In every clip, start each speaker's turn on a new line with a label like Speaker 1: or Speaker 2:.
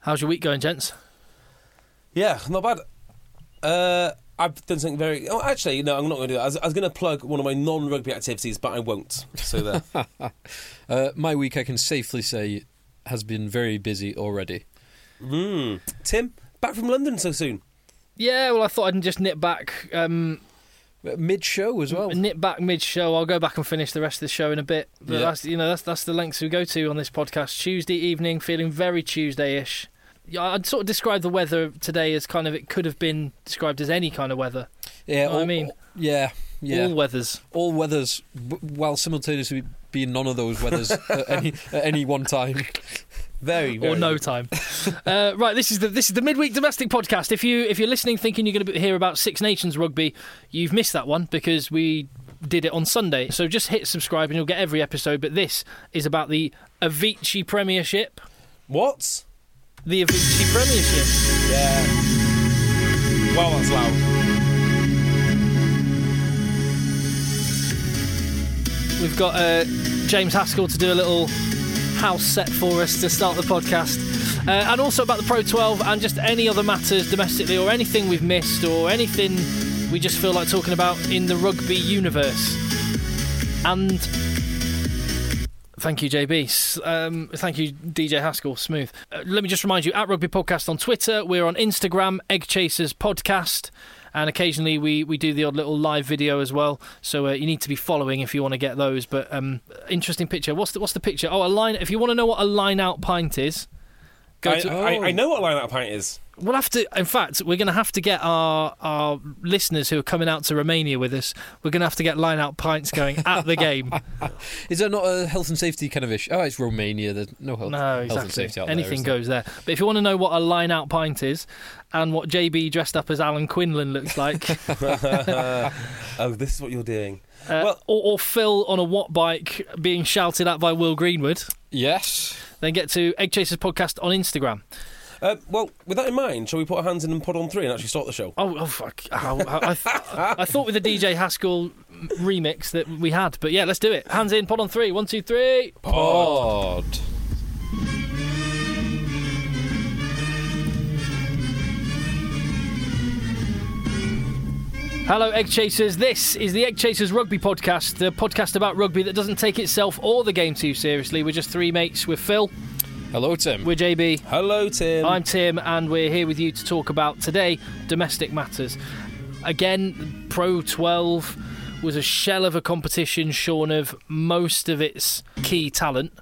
Speaker 1: How's your week going, gents?
Speaker 2: Yeah, not bad. Uh, I've done something very. Oh, actually, no, I'm not going to do that. I was, I was going to plug one of my non rugby activities, but I won't. So there.
Speaker 3: Uh, my week, I can safely say, has been very busy already.
Speaker 2: mm. Tim, back from London so soon.
Speaker 1: Yeah, well, I thought I'd just nip back, um,
Speaker 3: Mid show Uh, as well.
Speaker 1: nip back mid-show. I'll go back and finish the rest of the show in a bit. But
Speaker 3: Yeah.
Speaker 1: that's you know that's that's the lengths we go to on this podcast. Tuesday evening, feeling very Tuesday-ish. Yeah, I'd sort of describe the weather today as kind of it could have been described as any kind of weather.
Speaker 3: Yeah,
Speaker 1: Know what I mean?
Speaker 3: yeah, yeah.
Speaker 1: All weathers.
Speaker 3: all weathers, w- while simultaneously being none of those weathers at any at any one time.
Speaker 2: Very, very.
Speaker 1: or no time. uh, right, this is the this is the midweek domestic podcast. If you if you're listening thinking you're going to hear about Six Nations rugby, you've missed that one because we did it on Sunday. So just hit subscribe and you'll get every episode. But this is about the Avicii Premiership.
Speaker 2: What?
Speaker 1: The Avicii Premiership.
Speaker 2: Yeah. Wow, Oh, that's loud.
Speaker 1: We've got uh, James Haskell to do a little house set for us to start the podcast. Uh, and also about the Pro 12 and just any other matters domestically or anything we've missed or anything we just feel like talking about in the rugby universe. And thank you, JB. S- Um, thank you, DJ Haskell. Smooth. Uh, let me just remind you at Rugby Podcast on Twitter. We're on Instagram, Egg Chasers Podcast. And occasionally we, we do the odd little live video as well, so uh, you need to be following if you want to get those. But um, interesting picture. What's the what's the picture? Oh, a line. If you want to know what a line out pint is, go
Speaker 2: I,
Speaker 1: to.
Speaker 2: I, I know what line that pint is.
Speaker 1: We'll have to. In fact, we're going to have to get our our listeners who are coming out to Romania with us. We're going to have to get line out pints going at the game.
Speaker 3: Is there not a health and safety kind of issue? Oh, it's Romania. There's no health,
Speaker 1: No, exactly.
Speaker 3: health and safety out
Speaker 1: Anything
Speaker 3: there.
Speaker 1: goes there. But if you want to know what a line out pint is and what JB dressed up as Alan Quinlan looks like, uh,
Speaker 2: Oh, this is what you're doing.
Speaker 1: well, or, or Phil on a watt bike being shouted at by Will Greenwood,
Speaker 3: Yes.
Speaker 1: then get to Egg Chasers Podcast on Instagram.
Speaker 2: Uh, well, with that in mind, shall we put our hands in and pod on three and actually start the show?
Speaker 1: Oh, oh fuck. How- how- I, th- I thought with the DJ Haskell remix that we had, but yeah, let's do it. Hands in, pod on three. One, two, three.
Speaker 3: Pod.
Speaker 1: Hello, Egg Chasers. This is the Egg Chasers Rugby Podcast, the podcast about rugby that doesn't take itself or the game too seriously. We're just three mates. We're Phil,
Speaker 3: Hello, Tim.
Speaker 1: we're JB,
Speaker 2: Hello, Tim.
Speaker 1: I'm Tim, and we're here with you to talk about today domestic matters. Again, Pro 12 was a shell of a competition, shorn of most of its key talent.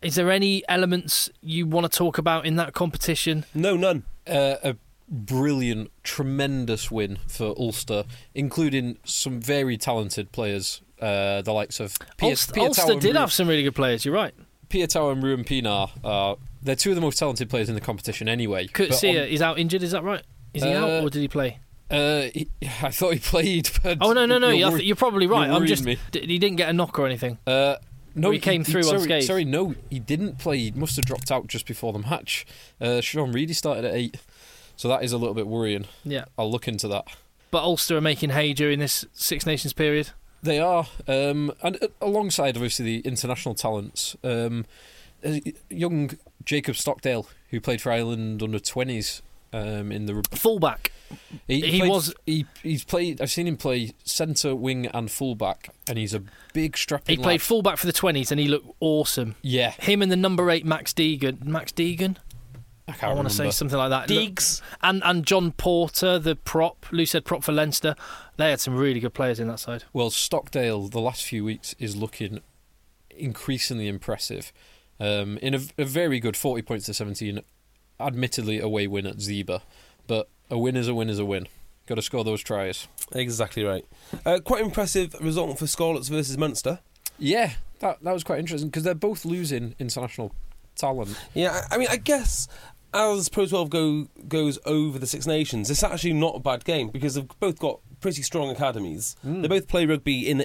Speaker 1: Is there any elements you want to talk about in that competition?
Speaker 2: No, none.
Speaker 3: uh, a brilliant, tremendous win for Ulster, including some very talented players, uh, the likes of Pia,
Speaker 1: Ulster,
Speaker 3: Pia
Speaker 1: Ulster
Speaker 3: Tauamru-
Speaker 1: did have some really good players. You're right.
Speaker 3: Pia Tauamru and Pinar. Uh, they're two of the most talented players in the competition, anyway. But
Speaker 1: Kutsia
Speaker 3: on-
Speaker 1: is out injured. Is that right? Is he
Speaker 3: Uh,
Speaker 1: out or did he play?
Speaker 3: uh, he- I thought he played. But
Speaker 1: Oh no, no, no!
Speaker 3: you're
Speaker 1: You're,
Speaker 3: worried-
Speaker 1: you're probably right.
Speaker 3: you're
Speaker 1: I'm
Speaker 3: worrying
Speaker 1: just
Speaker 3: me.
Speaker 1: d- he didn't get a knock or anything.
Speaker 3: Uh, no,
Speaker 1: Or he came through
Speaker 3: sorry,
Speaker 1: unscathed.
Speaker 3: Sorry, no, he didn't play. He must have dropped out just before the match. Uh, Sean Reedy started at eight, so that is a little bit worrying.
Speaker 1: Yeah,
Speaker 3: I'll look into that.
Speaker 1: but Ulster are making hay during this Six Nations period.
Speaker 3: They are, um, and uh, alongside obviously the international talents, um, uh, young Jacob Stockdale, who played for Ireland under twenties, um, in the re-
Speaker 1: Fullback.
Speaker 3: He,
Speaker 1: He
Speaker 3: played-
Speaker 1: was-
Speaker 3: he he's played. I've seen him play centre wing and fullback, and he's a big
Speaker 1: He
Speaker 3: strapping.
Speaker 1: played
Speaker 3: lad.
Speaker 1: fullback for the 20s and he looked awesome.
Speaker 3: yeah,
Speaker 1: Him and the number eight Max Deegan. Max Deegan?
Speaker 3: I can't
Speaker 1: I want to say
Speaker 3: remember.
Speaker 1: something like that. Look-
Speaker 2: Deegs.
Speaker 1: And and John Porter, the prop, loose head prop for Leinster. They had some really good players in that side.
Speaker 3: Well, Stockdale the last few weeks is looking increasingly impressive. Um, in a, a very good forty points to seventeen, admittedly away win at Zebra, but a win is a win is a win. Got to score those tries.
Speaker 2: Exactly right. Uh, quite impressive result for Scarlets versus Munster.
Speaker 3: Yeah, that that was quite interesting because they're both losing international talent.
Speaker 2: Yeah, I I mean, I guess as Pro 12 go, goes over the Six Nations, it's actually not a bad game because they've both got pretty strong academies.
Speaker 1: Hmm.
Speaker 2: They both play rugby in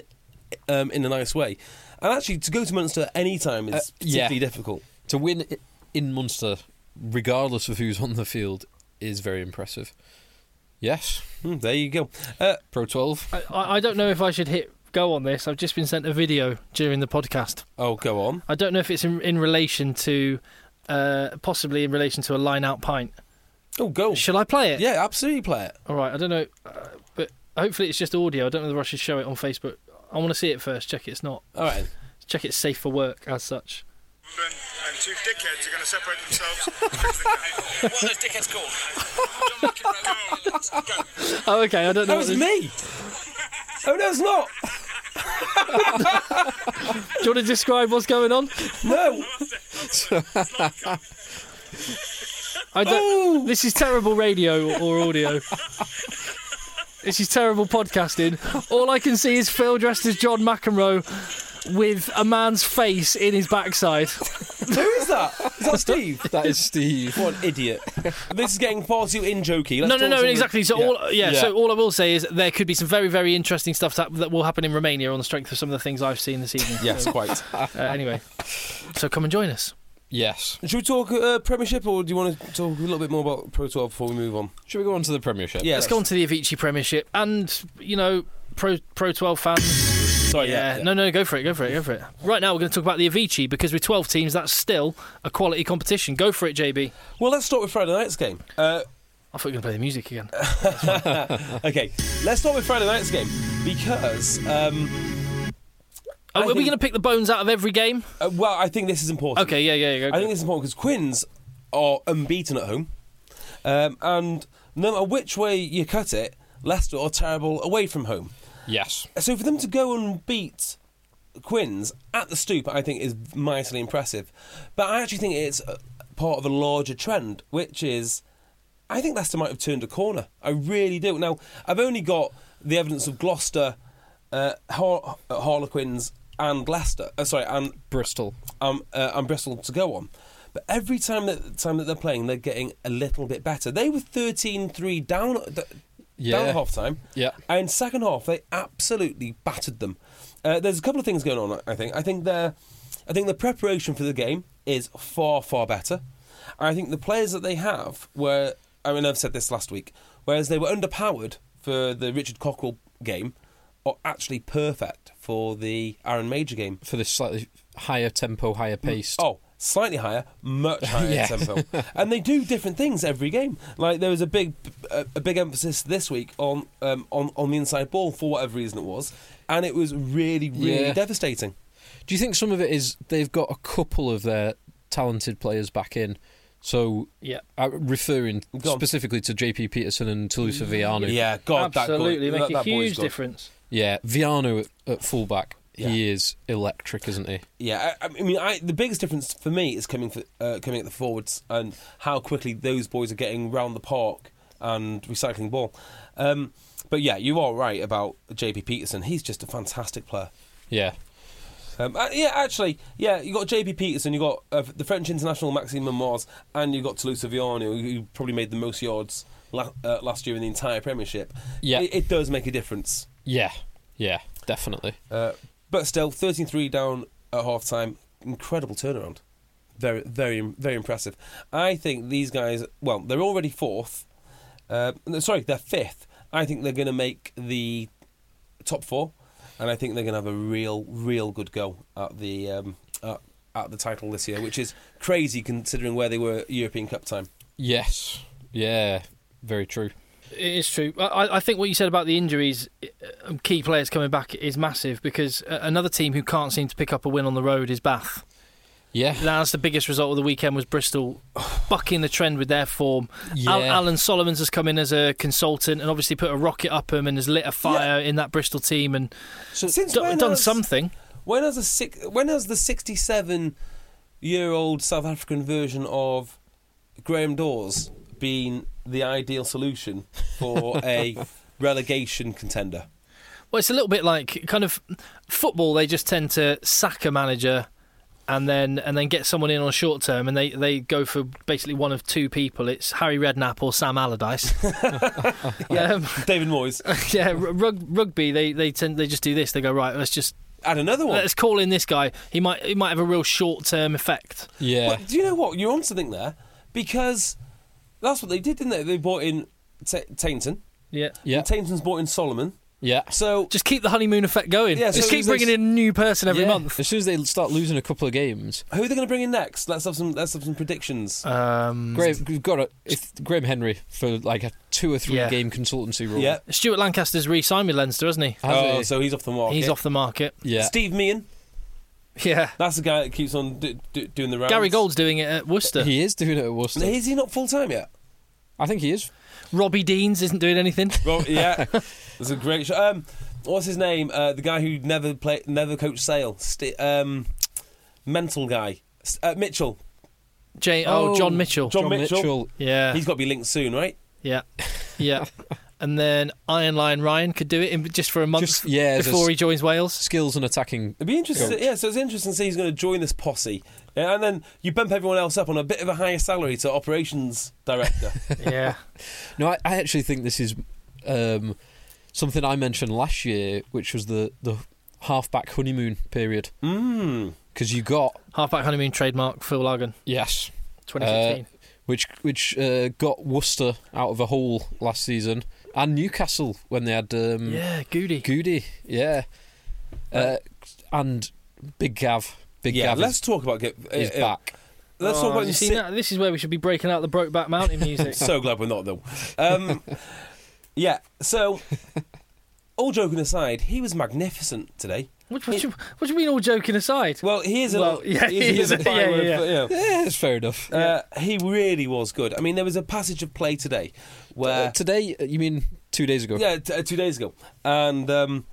Speaker 2: um, in a nice way. And actually, to go to Munster at any time is
Speaker 3: Uh, yeah.
Speaker 2: particularly difficult.
Speaker 3: to win i- in Munster, regardless of who's on the field, is very impressive. Yes,
Speaker 2: Hmm, there you go. Uh,
Speaker 3: Pro 12.
Speaker 1: I, I I don't know if I should hit go on this. I've just been sent a video during the podcast.
Speaker 2: oh, go on.
Speaker 1: I don't know if it's in, in relation to, uh, possibly in relation to a line out pint.
Speaker 2: Oh, go.
Speaker 1: Shall I play it?
Speaker 2: Yeah, absolutely play it.
Speaker 1: All right. I don't know, uh, but hopefully it's just audio. I don't know whether I should show it on Facebook. I want to see it first. Check it's not.
Speaker 2: All right.
Speaker 1: Check it's safe for work as such.
Speaker 4: England and two dickheads are going to separate themselves. what are those dickheads called?
Speaker 1: Oh, okay. I don't know.
Speaker 2: That
Speaker 1: what
Speaker 2: was
Speaker 1: this-
Speaker 2: me. Oh, no, it's not.
Speaker 1: Do you want to describe what's going on?
Speaker 2: No.
Speaker 1: I don't, this is terrible radio or audio. this is terrible podcasting. All I can see is Phil dressed as John McEnroe with a man's face in his backside.
Speaker 2: Who is that? Is that Steve?
Speaker 3: That is Steve.
Speaker 2: What an idiot. this is getting far too in jokey. Let's
Speaker 1: No, no,
Speaker 2: talk
Speaker 1: no,
Speaker 2: some-
Speaker 1: exactly. So all, yeah,
Speaker 3: Yeah.
Speaker 1: So all I will say is there could be some very, very interesting stuff that, that will happen in Romania on the strength of some of the things I've seen this evening.
Speaker 2: Yes, quite.
Speaker 1: Uh, anyway, so come and join us.
Speaker 3: Yes.
Speaker 2: Should we talk uh, Premiership, or do you want to talk a little bit more about Pro 12 before we move on?
Speaker 3: Should we go on to the Premiership?
Speaker 2: Yeah,
Speaker 1: Let's go on to the Avicii Premiership and you know pro pro twelve fans.
Speaker 2: Sorry,
Speaker 1: Yeah.
Speaker 2: yeah,
Speaker 1: no, no, go for it, go for it, go for it. Right now, we're going to talk about the Avicii because with 12 teams, that's still a quality competition. Go for it, JB.
Speaker 2: Well, let's start with Friday night's game. Uh,
Speaker 1: I thought you were going to play the music again.
Speaker 2: okay, let's start with Friday night's game because, um,
Speaker 1: Oh, are we
Speaker 2: think-
Speaker 1: going to pick the bones out of every game?
Speaker 2: uh, well, I think this is important.
Speaker 1: Okay, yeah, yeah, yeah. Go,
Speaker 2: I think this is important because Quins are unbeaten at home, um, and no matter which way you cut it, Leicester are terrible away from home.
Speaker 3: Yes.
Speaker 2: So for them to go and beat Quins at the Stoop, I think is mightily impressive. But I actually think it's uh, part of a larger trend, which is I think Leicester might have turned a corner. I really do. Now I've only got the evidence of Gloucester, uh, Har- Harlequins, and Leicester. Uh, sorry, and
Speaker 3: Bristol.
Speaker 2: um, uh, and Bristol to go on. But every time that time that they're playing, they're getting a little bit better. They were 13-3 down, at the- down
Speaker 3: Yeah.
Speaker 2: at half time.
Speaker 3: Yeah.
Speaker 2: And second half, they absolutely battered them. Uh, there's a couple of things going on. I think. I think their, I think the preparation for the game is far far better. And I think the players that they have were. I mean, I've said this last week. Whereas they were underpowered for the Richard Cockrell game, are actually perfect for the Aaron Major game.
Speaker 3: For this slightly higher tempo, higher pace.
Speaker 2: Oh, slightly higher, much higher
Speaker 3: Yeah.
Speaker 2: tempo, and they do different things every game. Like there was a big, a, a big emphasis this week on um, on on the inside ball for whatever reason it was, and it was really really
Speaker 3: Yeah.
Speaker 2: devastating.
Speaker 3: Do you think some of it is they've got a couple of their talented players back in? So,
Speaker 1: Yeah.
Speaker 3: uh, referring
Speaker 2: Go on. Mm.
Speaker 3: specifically to JP Peterson and Tulusa Vianu.
Speaker 2: Yeah, God,
Speaker 1: Absolutely,
Speaker 2: that boy,
Speaker 1: make
Speaker 2: that,
Speaker 1: a
Speaker 2: that boy's
Speaker 1: huge
Speaker 2: good.
Speaker 1: difference.
Speaker 3: Yeah, Vianu at, at fullback. He
Speaker 2: Yeah.
Speaker 3: is electric, isn't he?
Speaker 2: Yeah, I, I mean, I, the biggest difference for me is coming for, uh, coming at the forwards and how quickly those boys are getting round the park and recycling ball. Um, but yeah, you are right about JP Peterson. He's just a fantastic player.
Speaker 3: Yeah.
Speaker 2: Um, uh, yeah, actually, yeah, you got JP Peterson, you got uh, the French international Maxime Mars, and you got Toulouse Viano, who probably made the most yards la- uh, last year in the entire Premiership.
Speaker 3: Yeah.
Speaker 2: it, it does make a difference.
Speaker 3: Yeah. Yeah, definitely.
Speaker 2: Uh, but still, 13-3 down at half time, incredible turnaround. Very, very, very impressive. I think these guys. Well, they're already fourth. Uh, no, sorry, they're fifth. I think they're going to make the top four, and I think they're going to have a real, real good go at the um, at, at the title this year, which is crazy considering where they were at European Cup time.
Speaker 3: Yes. Yeah, very true.
Speaker 1: It is true. I- I, I think what you said about the injuries, um, key players coming back, is massive because uh, another team who can't seem to pick up a win on the road is Bath.
Speaker 3: Yeah,
Speaker 1: Now, That's the biggest result of the weekend was Bristol bucking the trend with their form. Al-
Speaker 3: Yeah.
Speaker 1: Alan Solomons has come in as a consultant and obviously put a rocket up him and has lit a fire in that Bristol team and
Speaker 2: Since
Speaker 1: do-
Speaker 2: when
Speaker 1: done
Speaker 2: has-
Speaker 1: something.
Speaker 2: When has a six, when has the sixty-seven-year-old South African version of Graham Dawes been the ideal solution for a relegation contender?
Speaker 1: Well, it's a little bit like kind of football. They just tend to sack a manager and then and then get someone in on short term, and they they go for basically one of two people. It's Harry Redknapp or Sam Allardyce. um,
Speaker 2: David Moyes.
Speaker 1: yeah, r- rug, rugby. They they tend they just do this. They go right. Let's just
Speaker 2: Add another one.
Speaker 1: let's call in this guy. He might he might have a real short term effect.
Speaker 3: yeah.
Speaker 2: But do you know what? You're on something there because that's what they did, didn't they? They bought in Ta Tainton.
Speaker 1: Yeah.
Speaker 3: Yeah.
Speaker 2: And Tainton's bought in Solomon.
Speaker 3: yeah.
Speaker 2: So
Speaker 1: Just keep the honeymoon effect going.
Speaker 2: Yeah,
Speaker 1: just
Speaker 2: so
Speaker 1: keep
Speaker 2: who's
Speaker 1: bringing
Speaker 2: this-
Speaker 1: in a new person every
Speaker 3: Yeah.
Speaker 1: month.
Speaker 3: As soon as they start losing a couple of games,
Speaker 2: who are they going to bring in next? Let's have some. Let's have some predictions.
Speaker 1: Um,
Speaker 3: Graham, we've got a, if, Graham Henry for like a two or three
Speaker 1: Yeah.
Speaker 3: game consultancy role.
Speaker 2: yeah.
Speaker 1: Stuart Lancaster's re-signed with Leinster, hasn't he?
Speaker 3: Has
Speaker 2: oh,
Speaker 3: he?
Speaker 2: so he's off the market.
Speaker 1: He's off the market.
Speaker 3: Yeah.
Speaker 2: Steve Meehan.
Speaker 1: Yeah.
Speaker 2: That's the guy that keeps on do, do, doing the rounds.
Speaker 1: Gary Gold's doing it at Worcester.
Speaker 3: He is doing it at Worcester.
Speaker 2: Is he not full time yet?
Speaker 3: I think he is.
Speaker 1: Robbie Deans isn't doing anything.
Speaker 2: Well, yeah. That's a great show. Um, what's his name? Uh, the guy who never play, never coached Sale. Sti um, mental guy. S- Uh, Mitchell.
Speaker 1: Jay, oh,
Speaker 3: Oh,
Speaker 1: John Mitchell.
Speaker 2: John Mitchell.
Speaker 1: yeah,
Speaker 2: He's got to be linked soon, right?
Speaker 1: yeah, yeah. and then Iron Lion Ryan could do it in, just for a month
Speaker 3: Just- yeah,
Speaker 1: before
Speaker 3: just-
Speaker 1: he joins Wales.
Speaker 3: skills and attacking.
Speaker 2: It'd be interesting.
Speaker 3: Coach.
Speaker 2: Yeah, so it's interesting to see he's going to join this posse, Yeah, and then you bump everyone else up on a bit of a higher salary to operations director.
Speaker 1: Yeah,
Speaker 3: No, I, I actually think this is um, something I mentioned last year, which was the the halfback honeymoon period.
Speaker 1: Mm.
Speaker 3: Because you got
Speaker 1: halfback honeymoon trademark Phil Lagan,
Speaker 3: yes,
Speaker 1: 2016.
Speaker 3: Uh, which which uh, got Worcester out of a hole last season, and Newcastle when they had um,
Speaker 1: yeah, Goody.
Speaker 3: Goody, yeah, uh, and Big Gav, Big
Speaker 2: yeah,
Speaker 3: Gav
Speaker 2: let's
Speaker 3: is,
Speaker 2: talk about get.
Speaker 3: is
Speaker 2: uh, uh,
Speaker 3: back.
Speaker 2: Let's
Speaker 1: Oh,
Speaker 2: talk about
Speaker 1: you
Speaker 2: the
Speaker 1: see
Speaker 2: si-
Speaker 1: that? This is where we should be breaking out the Brokeback Mountain music.
Speaker 2: So glad we're not though. Um, yeah. So, all joking aside, he was magnificent today.
Speaker 1: what, what, do you, what do you mean? All joking aside.
Speaker 2: Well, he is a
Speaker 1: Well, yeah,
Speaker 2: he is a bit of a
Speaker 1: yeah, yeah,
Speaker 2: byword,
Speaker 1: yeah.
Speaker 2: but, you know.
Speaker 3: Yeah, it's fair enough.
Speaker 2: Uh, he really was good. I mean, there was a passage of play today where
Speaker 3: Uh, today, you mean two days ago?
Speaker 2: Yeah, t- uh, two days ago, and um,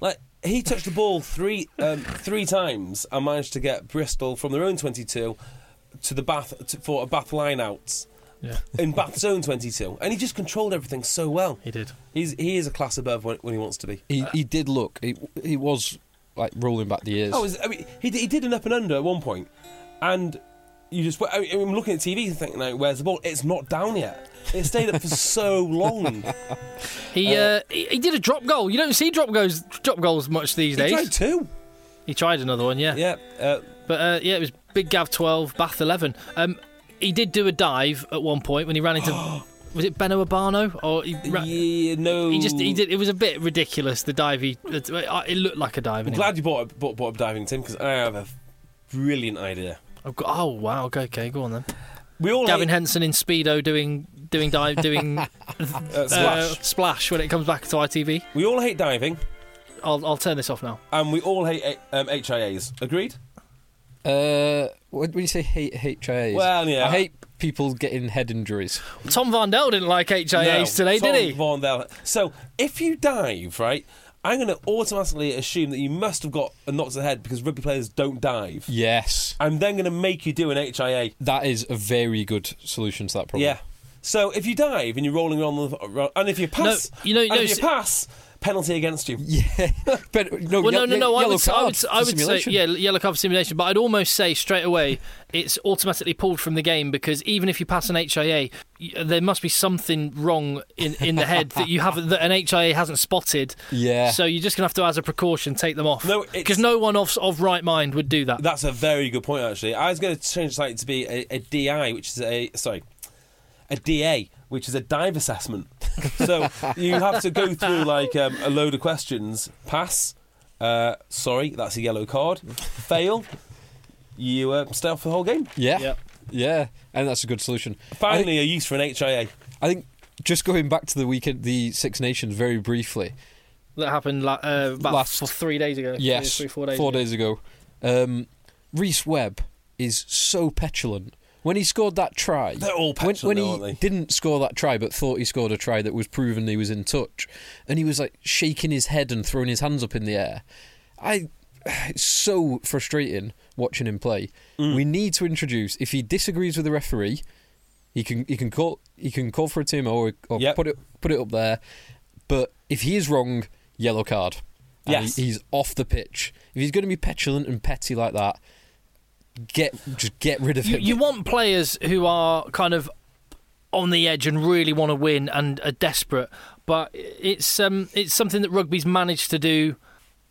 Speaker 2: like he touched the ball three um, three times and managed to get Bristol from their own twenty two to the Bath to, for a Bath line out
Speaker 1: yeah,
Speaker 2: in Bath's own twenty two, and he just controlled everything so well.
Speaker 1: he did.
Speaker 2: He's he is a class above when, when he wants to be.
Speaker 3: He he did look. He he was like rolling back the years.
Speaker 2: Oh, is- I mean, he, d- he did an up and under at one point, and you just I mean, I'm looking at TV and thinking, like, where's the ball? It's not down yet. It stayed up for so long.
Speaker 1: He, uh, he he did a drop goal. You don't see drop goals drop goals much these
Speaker 2: He
Speaker 1: days.
Speaker 2: tried two.
Speaker 1: He tried another one. Yeah.
Speaker 2: Yeah. Uh,
Speaker 1: But uh, yeah, it was Big Gav 12, Bath 11. Um, he did do a dive at one point when he ran into. was it Beno Urbano? Or he, ra-
Speaker 2: yeah. No.
Speaker 1: he just he did. It was a bit ridiculous. The dive he it, it looked like a dive.
Speaker 2: I'm
Speaker 1: Anyway.
Speaker 2: glad you bought up, bought, bought up diving, Tim, because I have a brilliant idea.
Speaker 1: I've got, oh wow. Okay, okay, go on then.
Speaker 2: We all
Speaker 1: Gavin
Speaker 2: hate,
Speaker 1: Henson in speedo doing doing dive doing uh,
Speaker 2: uh, splash.
Speaker 1: splash when it comes back to ITV.
Speaker 2: we all hate diving,
Speaker 1: I'll I'll turn this off now.
Speaker 2: and we all hate um, HIAs. Agreed?
Speaker 3: Uh, what when you say hate HIAs?
Speaker 2: Well, yeah.
Speaker 3: I hate people getting head injuries.
Speaker 1: Tom Vandell didn't like HIAs today,
Speaker 2: Tom
Speaker 1: did Oh, he?
Speaker 2: Von Dell- So if you dive, right, I'm going to automatically assume that you must have got a knock to the head because rugby players don't dive.
Speaker 3: Yes,
Speaker 2: I'm then going to make you do an HIA.
Speaker 3: that is a very good solution to that problem.
Speaker 2: Yeah. So if you dive and you're rolling around, the, and if you pass,
Speaker 1: you know- you
Speaker 2: and
Speaker 1: know,
Speaker 2: if you
Speaker 1: s-
Speaker 2: pass, penalty against you.
Speaker 3: yeah. But no,
Speaker 1: Well,
Speaker 3: ye-
Speaker 1: no, no,
Speaker 3: ye-
Speaker 1: no. I
Speaker 3: yellow
Speaker 1: would, I
Speaker 3: card
Speaker 1: would, I
Speaker 3: for
Speaker 1: would say,
Speaker 3: simulation.
Speaker 1: yeah, yellow card for simulation. But I'd almost say straight away it's automatically pulled from the game because even if you pass an HIA, y- there must be something wrong in, in the head that you haven't that an HIA hasn't spotted.
Speaker 3: Yeah.
Speaker 1: So you're just gonna have to, as a precaution, take them off.
Speaker 2: No, it's-
Speaker 1: because no one of of right mind would do that.
Speaker 2: That's a very good point, actually. I was going to change slightly to be a, a DI, which is a sorry, a DA, which is a dive assessment. so you have to go through like um, a load of questions. Pass. Uh, sorry, that's a yellow card. Fail. You uh, stay off for the whole game.
Speaker 3: Yeah.
Speaker 1: Yeah.
Speaker 3: Yeah, and that's a good solution. I think-
Speaker 2: Finally, a use for an HIA.
Speaker 3: I think just going back to the weekend, the Six Nations very briefly.
Speaker 1: That happened la- uh, about
Speaker 3: Last-
Speaker 1: f- three days ago.
Speaker 3: Yes,
Speaker 1: three, four days. ago.
Speaker 3: ago. Um, Reese Webb is so petulant. When he scored that try,
Speaker 2: They're all
Speaker 3: when,
Speaker 2: petulant,
Speaker 3: when
Speaker 2: though,
Speaker 3: he
Speaker 2: aren't they?
Speaker 3: didn't score that try, but thought he scored a try that was proven he was in touch, and he was like shaking his head and throwing his hands up in the air. I, it's so frustrating watching him play. We need to introduce if he disagrees with the referee, he can he can call he can call for a team or, or
Speaker 2: Yep.
Speaker 3: put it put it up there. But if he is wrong, yellow card. And
Speaker 2: Yes.
Speaker 3: he- he's off the pitch. If he's going to be petulant and petty like that, get just get rid of
Speaker 1: You,
Speaker 3: him.
Speaker 1: you want players who are kind of on the edge and really want to win and are desperate, but it's um, it's something that rugby's managed to do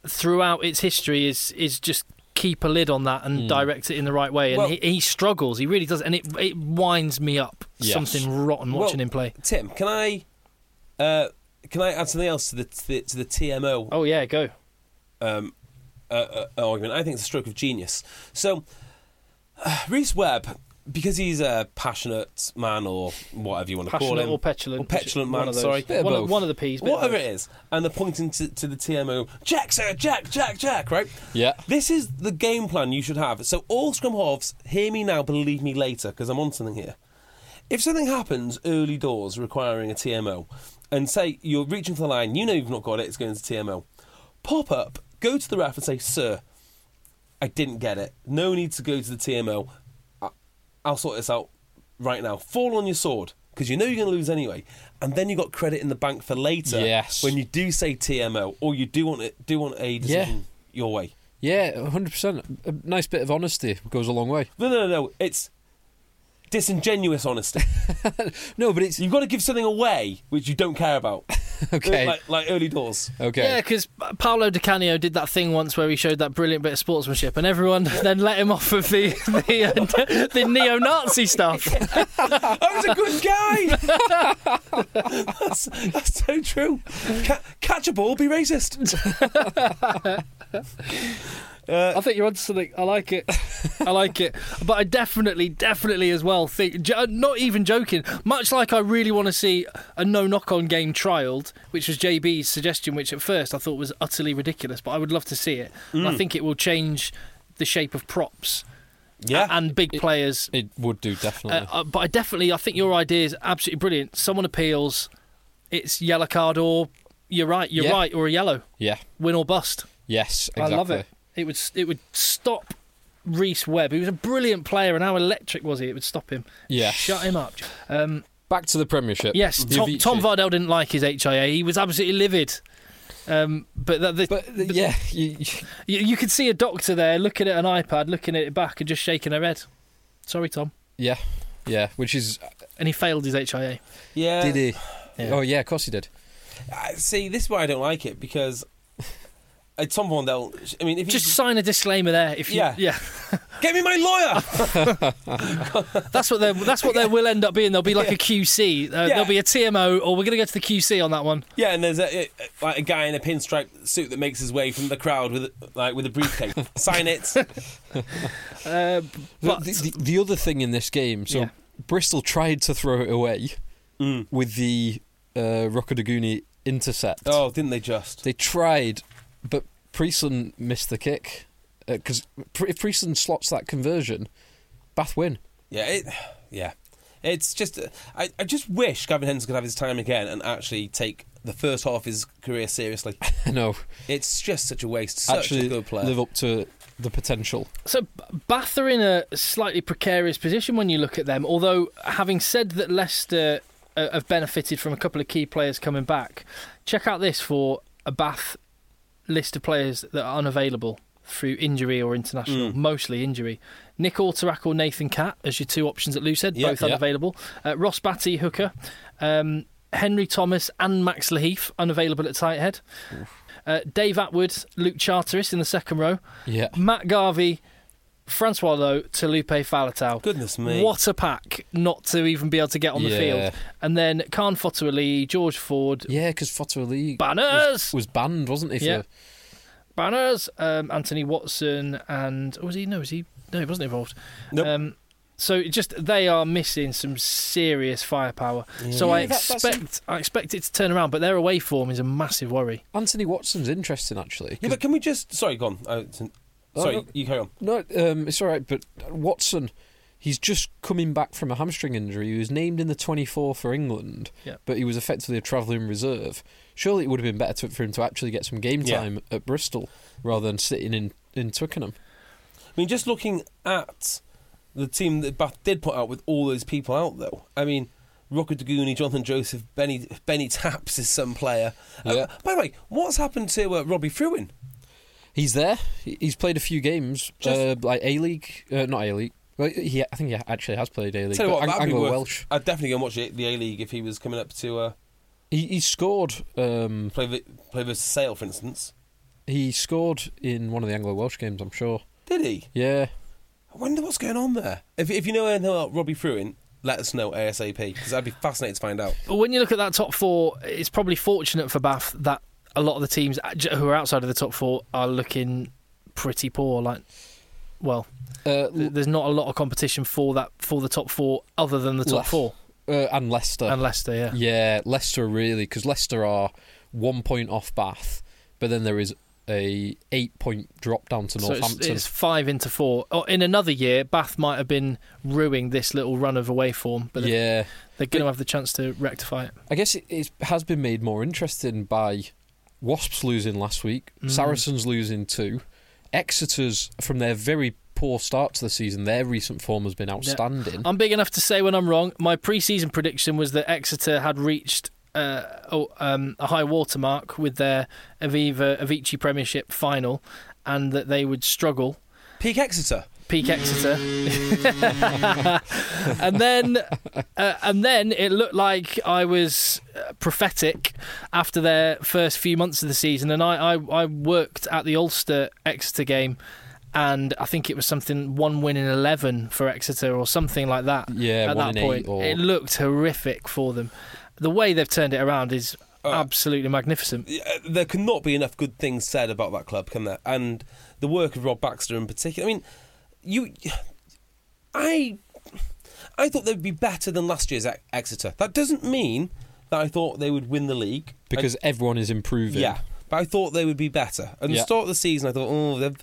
Speaker 1: throughout its history is is just keep a lid on that and direct it in the right way. And
Speaker 2: Well-
Speaker 1: he, he struggles, he really does, and it it winds me up
Speaker 3: Yes.
Speaker 1: something rotten watching
Speaker 2: Well,
Speaker 1: him play.
Speaker 2: Tim, can I uh, can I add something else to the to the, to the TMO
Speaker 1: Oh yeah, go.
Speaker 2: um, uh, uh, argument? I think it's a stroke of genius. So, uh, Reese Webb, because he's a passionate man or whatever you want to call
Speaker 1: Passionate
Speaker 2: him,
Speaker 1: or petulant?
Speaker 2: or petulant
Speaker 1: One
Speaker 2: man.
Speaker 1: of those.
Speaker 2: sorry,
Speaker 1: One of- one of the Ps, bit of
Speaker 2: whatever
Speaker 1: both.
Speaker 2: it is, and they're pointing to, to the TMO. Jack, sir, Jack, Jack, Jack. Right?
Speaker 3: Yeah.
Speaker 2: This is the game plan you should have. So all scrum halves, hear me now, believe me later, because I'm on something here. If something happens early doors requiring a TMO, and say you're reaching for the line, you know you've not got it, it's going to TMO, pop up, go to the ref and say, Sir, I didn't get it. No need to go to the TMO. I- I'll sort this out right now. Fall on your sword, because you know you're going to lose anyway. And then you got credit in the bank for later
Speaker 3: Yes.
Speaker 2: when you do say TMO or you do want, it, do want a decision your way.
Speaker 3: yeah, hundred percent. A nice bit of honesty goes a long way.
Speaker 2: No, no, no, no. It's disingenuous honesty.
Speaker 3: No, but it's
Speaker 2: You've got to give something away which you don't care about.
Speaker 3: Okay.
Speaker 2: Like, like early doors.
Speaker 3: okay.
Speaker 1: Yeah, because Paolo Di Canio did that thing once where he showed that brilliant bit of sportsmanship, and everyone then let him off of the the, uh, the neo-Nazi stuff.
Speaker 2: I was Oh, a good guy! that's, that's so true. Ca- catch a ball, be racist.
Speaker 1: I think you're onto something. I like it. I like it. But I definitely, definitely as well think, jo- not even joking, much like I really want to see a no knock on game trialed, which was JB's suggestion, which at first I thought was utterly ridiculous, but I would love to see it. And
Speaker 3: Mm.
Speaker 1: I think it will change the shape of props
Speaker 2: Yeah.
Speaker 1: and big players
Speaker 3: It would do definitely.
Speaker 1: Uh, uh, but I definitely, I think your idea is absolutely brilliant. Someone appeals, it's yellow card or you're right, you're
Speaker 3: Yeah.
Speaker 1: right, or a yellow,
Speaker 3: yeah.
Speaker 1: win or bust.
Speaker 3: Yes. Exactly.
Speaker 1: I love it. It would it would stop Reese Webb, who was a brilliant player, and how electric was he? It would stop him.
Speaker 3: Yes.
Speaker 1: shut him up. Um,
Speaker 3: Back to the Premiership.
Speaker 1: yes, Tom,
Speaker 3: Jovic.
Speaker 1: Tom Vardell didn't like his HIA. He was absolutely livid. Um, but that the,
Speaker 3: But, the- yeah, you, you-
Speaker 1: you, you could see a doctor there looking at an iPad, looking at it back, and just shaking her head. Sorry, Tom.
Speaker 3: yeah, yeah. Which is
Speaker 1: And he failed his HIA. Uh,
Speaker 2: yeah.
Speaker 3: did he? Oh yeah, of course he did.
Speaker 2: I- See, this is why I don't like it because uh, Tom Vondell. I mean, if you
Speaker 1: Just sign a disclaimer there. If you,
Speaker 2: Yeah.
Speaker 1: yeah.
Speaker 2: get me my lawyer,
Speaker 1: That's what there. That's what there will end up being. There'll be like a QC. Uh, There'll be a TMO, or we're going to go to the QC on that one.
Speaker 2: yeah, and there's a, a like a guy in a pinstripe suit that makes his way from the crowd with like with a briefcase. Sign it.
Speaker 1: Uh,
Speaker 3: But
Speaker 1: but
Speaker 3: the, the, the other thing in this game, so
Speaker 1: Yeah. Mm.
Speaker 3: Bristol tried to throw it away with the uh, Rockadaguni intercept.
Speaker 2: Oh, didn't they just?
Speaker 3: They tried, but Priestland missed the kick because if Priestland slots that conversion, Bath win.
Speaker 2: Yeah, it, yeah. It's just uh, I, I just wish Gavin Henson could have his time again and actually take the first half of his career seriously.
Speaker 3: no,
Speaker 2: It's just such a waste. Such
Speaker 3: actually
Speaker 2: a good player.
Speaker 3: live up to the potential.
Speaker 1: so Bath are in a slightly precarious position when you look at them. Although, having said that, Leicester uh, have benefited from a couple of key players coming back. Check out this for a Bath list of players that are unavailable through injury or
Speaker 2: Mm.
Speaker 1: international, mostly injury. Nick Alterac or Nathan Catt as your two options at Loosehead,
Speaker 2: Yeah,
Speaker 1: both
Speaker 3: yeah.
Speaker 1: unavailable. Uh, Ross Batty, hooker. Um, Henry Thomas and Max Laheath, unavailable at Tighthead. Uh, Dave Atwood, Luke Charteris in the second row.
Speaker 3: Yeah.
Speaker 1: Matt Garvey, Francois Lowe, Talupe Falatau.
Speaker 2: Goodness me.
Speaker 1: What a pack not to even be able to get on the
Speaker 3: Yeah.
Speaker 1: field. And then Khan Fotuali, George Ford,
Speaker 3: Yeah, because Foto League
Speaker 1: Banners!
Speaker 3: was, was banned, wasn't he? For,
Speaker 1: Yeah. Banners, um, Anthony Watson, and oh, was he? No, was he? No, he wasn't involved.
Speaker 2: Nope.
Speaker 1: Um, So just they are missing some serious firepower. So
Speaker 3: Yeah,
Speaker 1: I
Speaker 3: that- that's-
Speaker 1: expect I expect it to turn around, but their away form is a massive worry.
Speaker 3: Anthony Watson's interesting actually. 'cause-
Speaker 2: Yeah, but can we just? Sorry, go on. Uh, it's an-
Speaker 3: Oh,
Speaker 2: sorry,
Speaker 3: no.
Speaker 2: you carry on.
Speaker 3: No, um, it's all right. But Watson, he's just coming back from a hamstring injury. He was named in the 24 for England,
Speaker 1: Yeah.
Speaker 3: but he was effectively a travelling reserve. Surely it would have been better to, for him to actually get some game
Speaker 2: Yeah.
Speaker 3: time at Bristol rather than sitting in, in Twickenham.
Speaker 2: I mean, just looking at the team that Bath did put out with all those people out, though. I mean, Rocco Daguni, Jonathan Joseph, Benny Benny Taps is some player. Uh,
Speaker 3: Yeah.
Speaker 2: by the way, what's happened to uh, Robbie Fruin?
Speaker 3: He's there. He- He's played a few games, uh,
Speaker 2: Just-
Speaker 3: like A League, uh, not A League. Well, he, I think he actually has played A League.
Speaker 2: Tell you what, that'd be
Speaker 3: Anglo
Speaker 2: worth.
Speaker 3: Welsh.
Speaker 2: I'd definitely go and watch the A League if he was coming up to uh,
Speaker 3: He, he scored. Um,
Speaker 2: play vi- play versus Sale, for instance.
Speaker 3: he scored in one of the Anglo Welsh games. I'm sure.
Speaker 2: Did he?
Speaker 3: Yeah.
Speaker 2: I wonder what's going on there. If, if you know anything about Robbie Fruin, let us know ASAP because I'd be fascinated to find out.
Speaker 1: When you look at that top four, it's probably fortunate for Bath that a lot of the teams who are outside of the top four are looking pretty poor. Like, well,
Speaker 3: Uh,
Speaker 1: th- there's not a lot of competition for that for the top four other than the top
Speaker 3: Leicester.
Speaker 1: four
Speaker 3: uh, and Leicester.
Speaker 1: and Leicester. Yeah.
Speaker 3: Yeah, Leicester really, because Leicester are one point off Bath, but then there is a eight point drop down to
Speaker 1: So it's,
Speaker 3: Northampton.
Speaker 1: it's five into four. Oh, in another year, Bath might have been ruining this little run of away form, but they're-
Speaker 3: yeah,
Speaker 1: they're going to have the chance to rectify it.
Speaker 3: I guess it, it has been made more interesting by Wasps losing last week,
Speaker 1: Mm.
Speaker 3: Saracens losing two, Exeter's from their very poor start to the season. Their recent form has been outstanding.
Speaker 1: I'm big enough to say when I'm wrong. My preseason prediction was that Exeter had reached uh, oh, um, a high watermark with their Aviva Avicii Premiership final, and that they would struggle.
Speaker 2: Peak Exeter.
Speaker 1: Peak Exeter, and then uh, and then it looked like I was uh, prophetic after their first few months of the season, and I I, I worked at the Ulster Exeter game. And I think it was something one win in eleven for Exeter or something like that.
Speaker 3: Yeah,
Speaker 1: at
Speaker 3: one
Speaker 1: that
Speaker 3: in eight
Speaker 1: point,
Speaker 3: or-
Speaker 1: it looked horrific for them. The way they've turned it around is absolutely magnificent.
Speaker 2: Uh, there cannot be enough good things said about that club, can there? And the work of Rob Baxter in particular. I mean, you, I, I thought they'd be better than last year's Ex- Exeter. That doesn't mean that I thought they would win the league
Speaker 3: because
Speaker 1: uh,
Speaker 3: everyone is
Speaker 2: I-
Speaker 3: improving.
Speaker 2: yeah, but I thought they would be better. And the
Speaker 3: Yeah.
Speaker 2: start of the season, I thought, oh, they've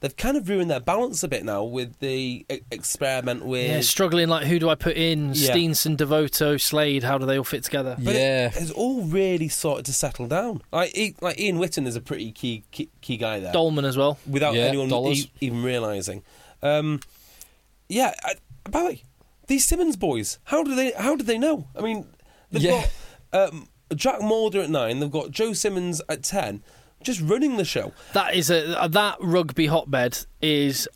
Speaker 2: they've kind of ruined their balance a bit now with the e- experiment with.
Speaker 1: Yeah, struggling like who do I put in?
Speaker 2: Yeah.
Speaker 1: Steenson, Devoto, Slade. How do they all fit together?
Speaker 2: But
Speaker 3: Yeah.
Speaker 2: it has all really started to settle down. Like, I- like Ian Witten is a pretty key key, key guy there.
Speaker 1: Dolman as well.
Speaker 2: without
Speaker 3: Yeah,
Speaker 2: anyone
Speaker 3: dollars.
Speaker 2: e- even realizing. Um, yeah, I, by the way, these Simmons boys, how do they how do they know? I mean, they've
Speaker 3: Yeah.
Speaker 2: got um, Jack Mulder at nine, they've got Joe Simmons at ten, just running the show.
Speaker 1: That is a that rugby hotbed is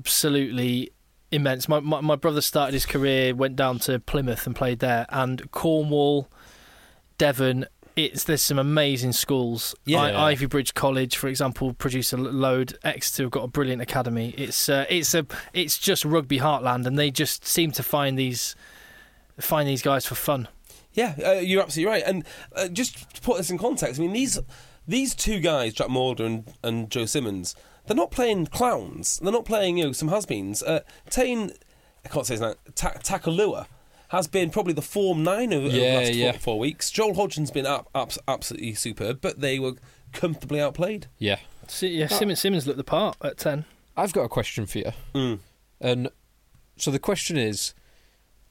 Speaker 1: absolutely immense. My, my my brother started his career, went down to Plymouth and played there, and Cornwall, Devon. It's there's some amazing schools.
Speaker 2: Yeah.
Speaker 1: I, Ivy Bridge College, for example, produce a load. Exeter have got a brilliant academy. It's uh, it's a it's just rugby heartland, and they just seem to find these find these guys for fun.
Speaker 2: Yeah, uh, you're absolutely right. And uh, just to put this in context, I mean these these two guys, Jack Mulder and, and Joe Simmons, they're not playing clowns. They're not playing you know some has-beens. Uh, Tane, I can't say his name. Ta- Takalua has been probably the form nine over, over the
Speaker 3: Yeah,
Speaker 2: last
Speaker 3: yeah.
Speaker 2: Four, four weeks. Joel Hodgson's been ab- abs- absolutely superb, but they were comfortably outplayed.
Speaker 3: yeah.
Speaker 1: Si- yeah, Simmons Simmons looked the part at ten.
Speaker 3: I've got a question for you. And so the question is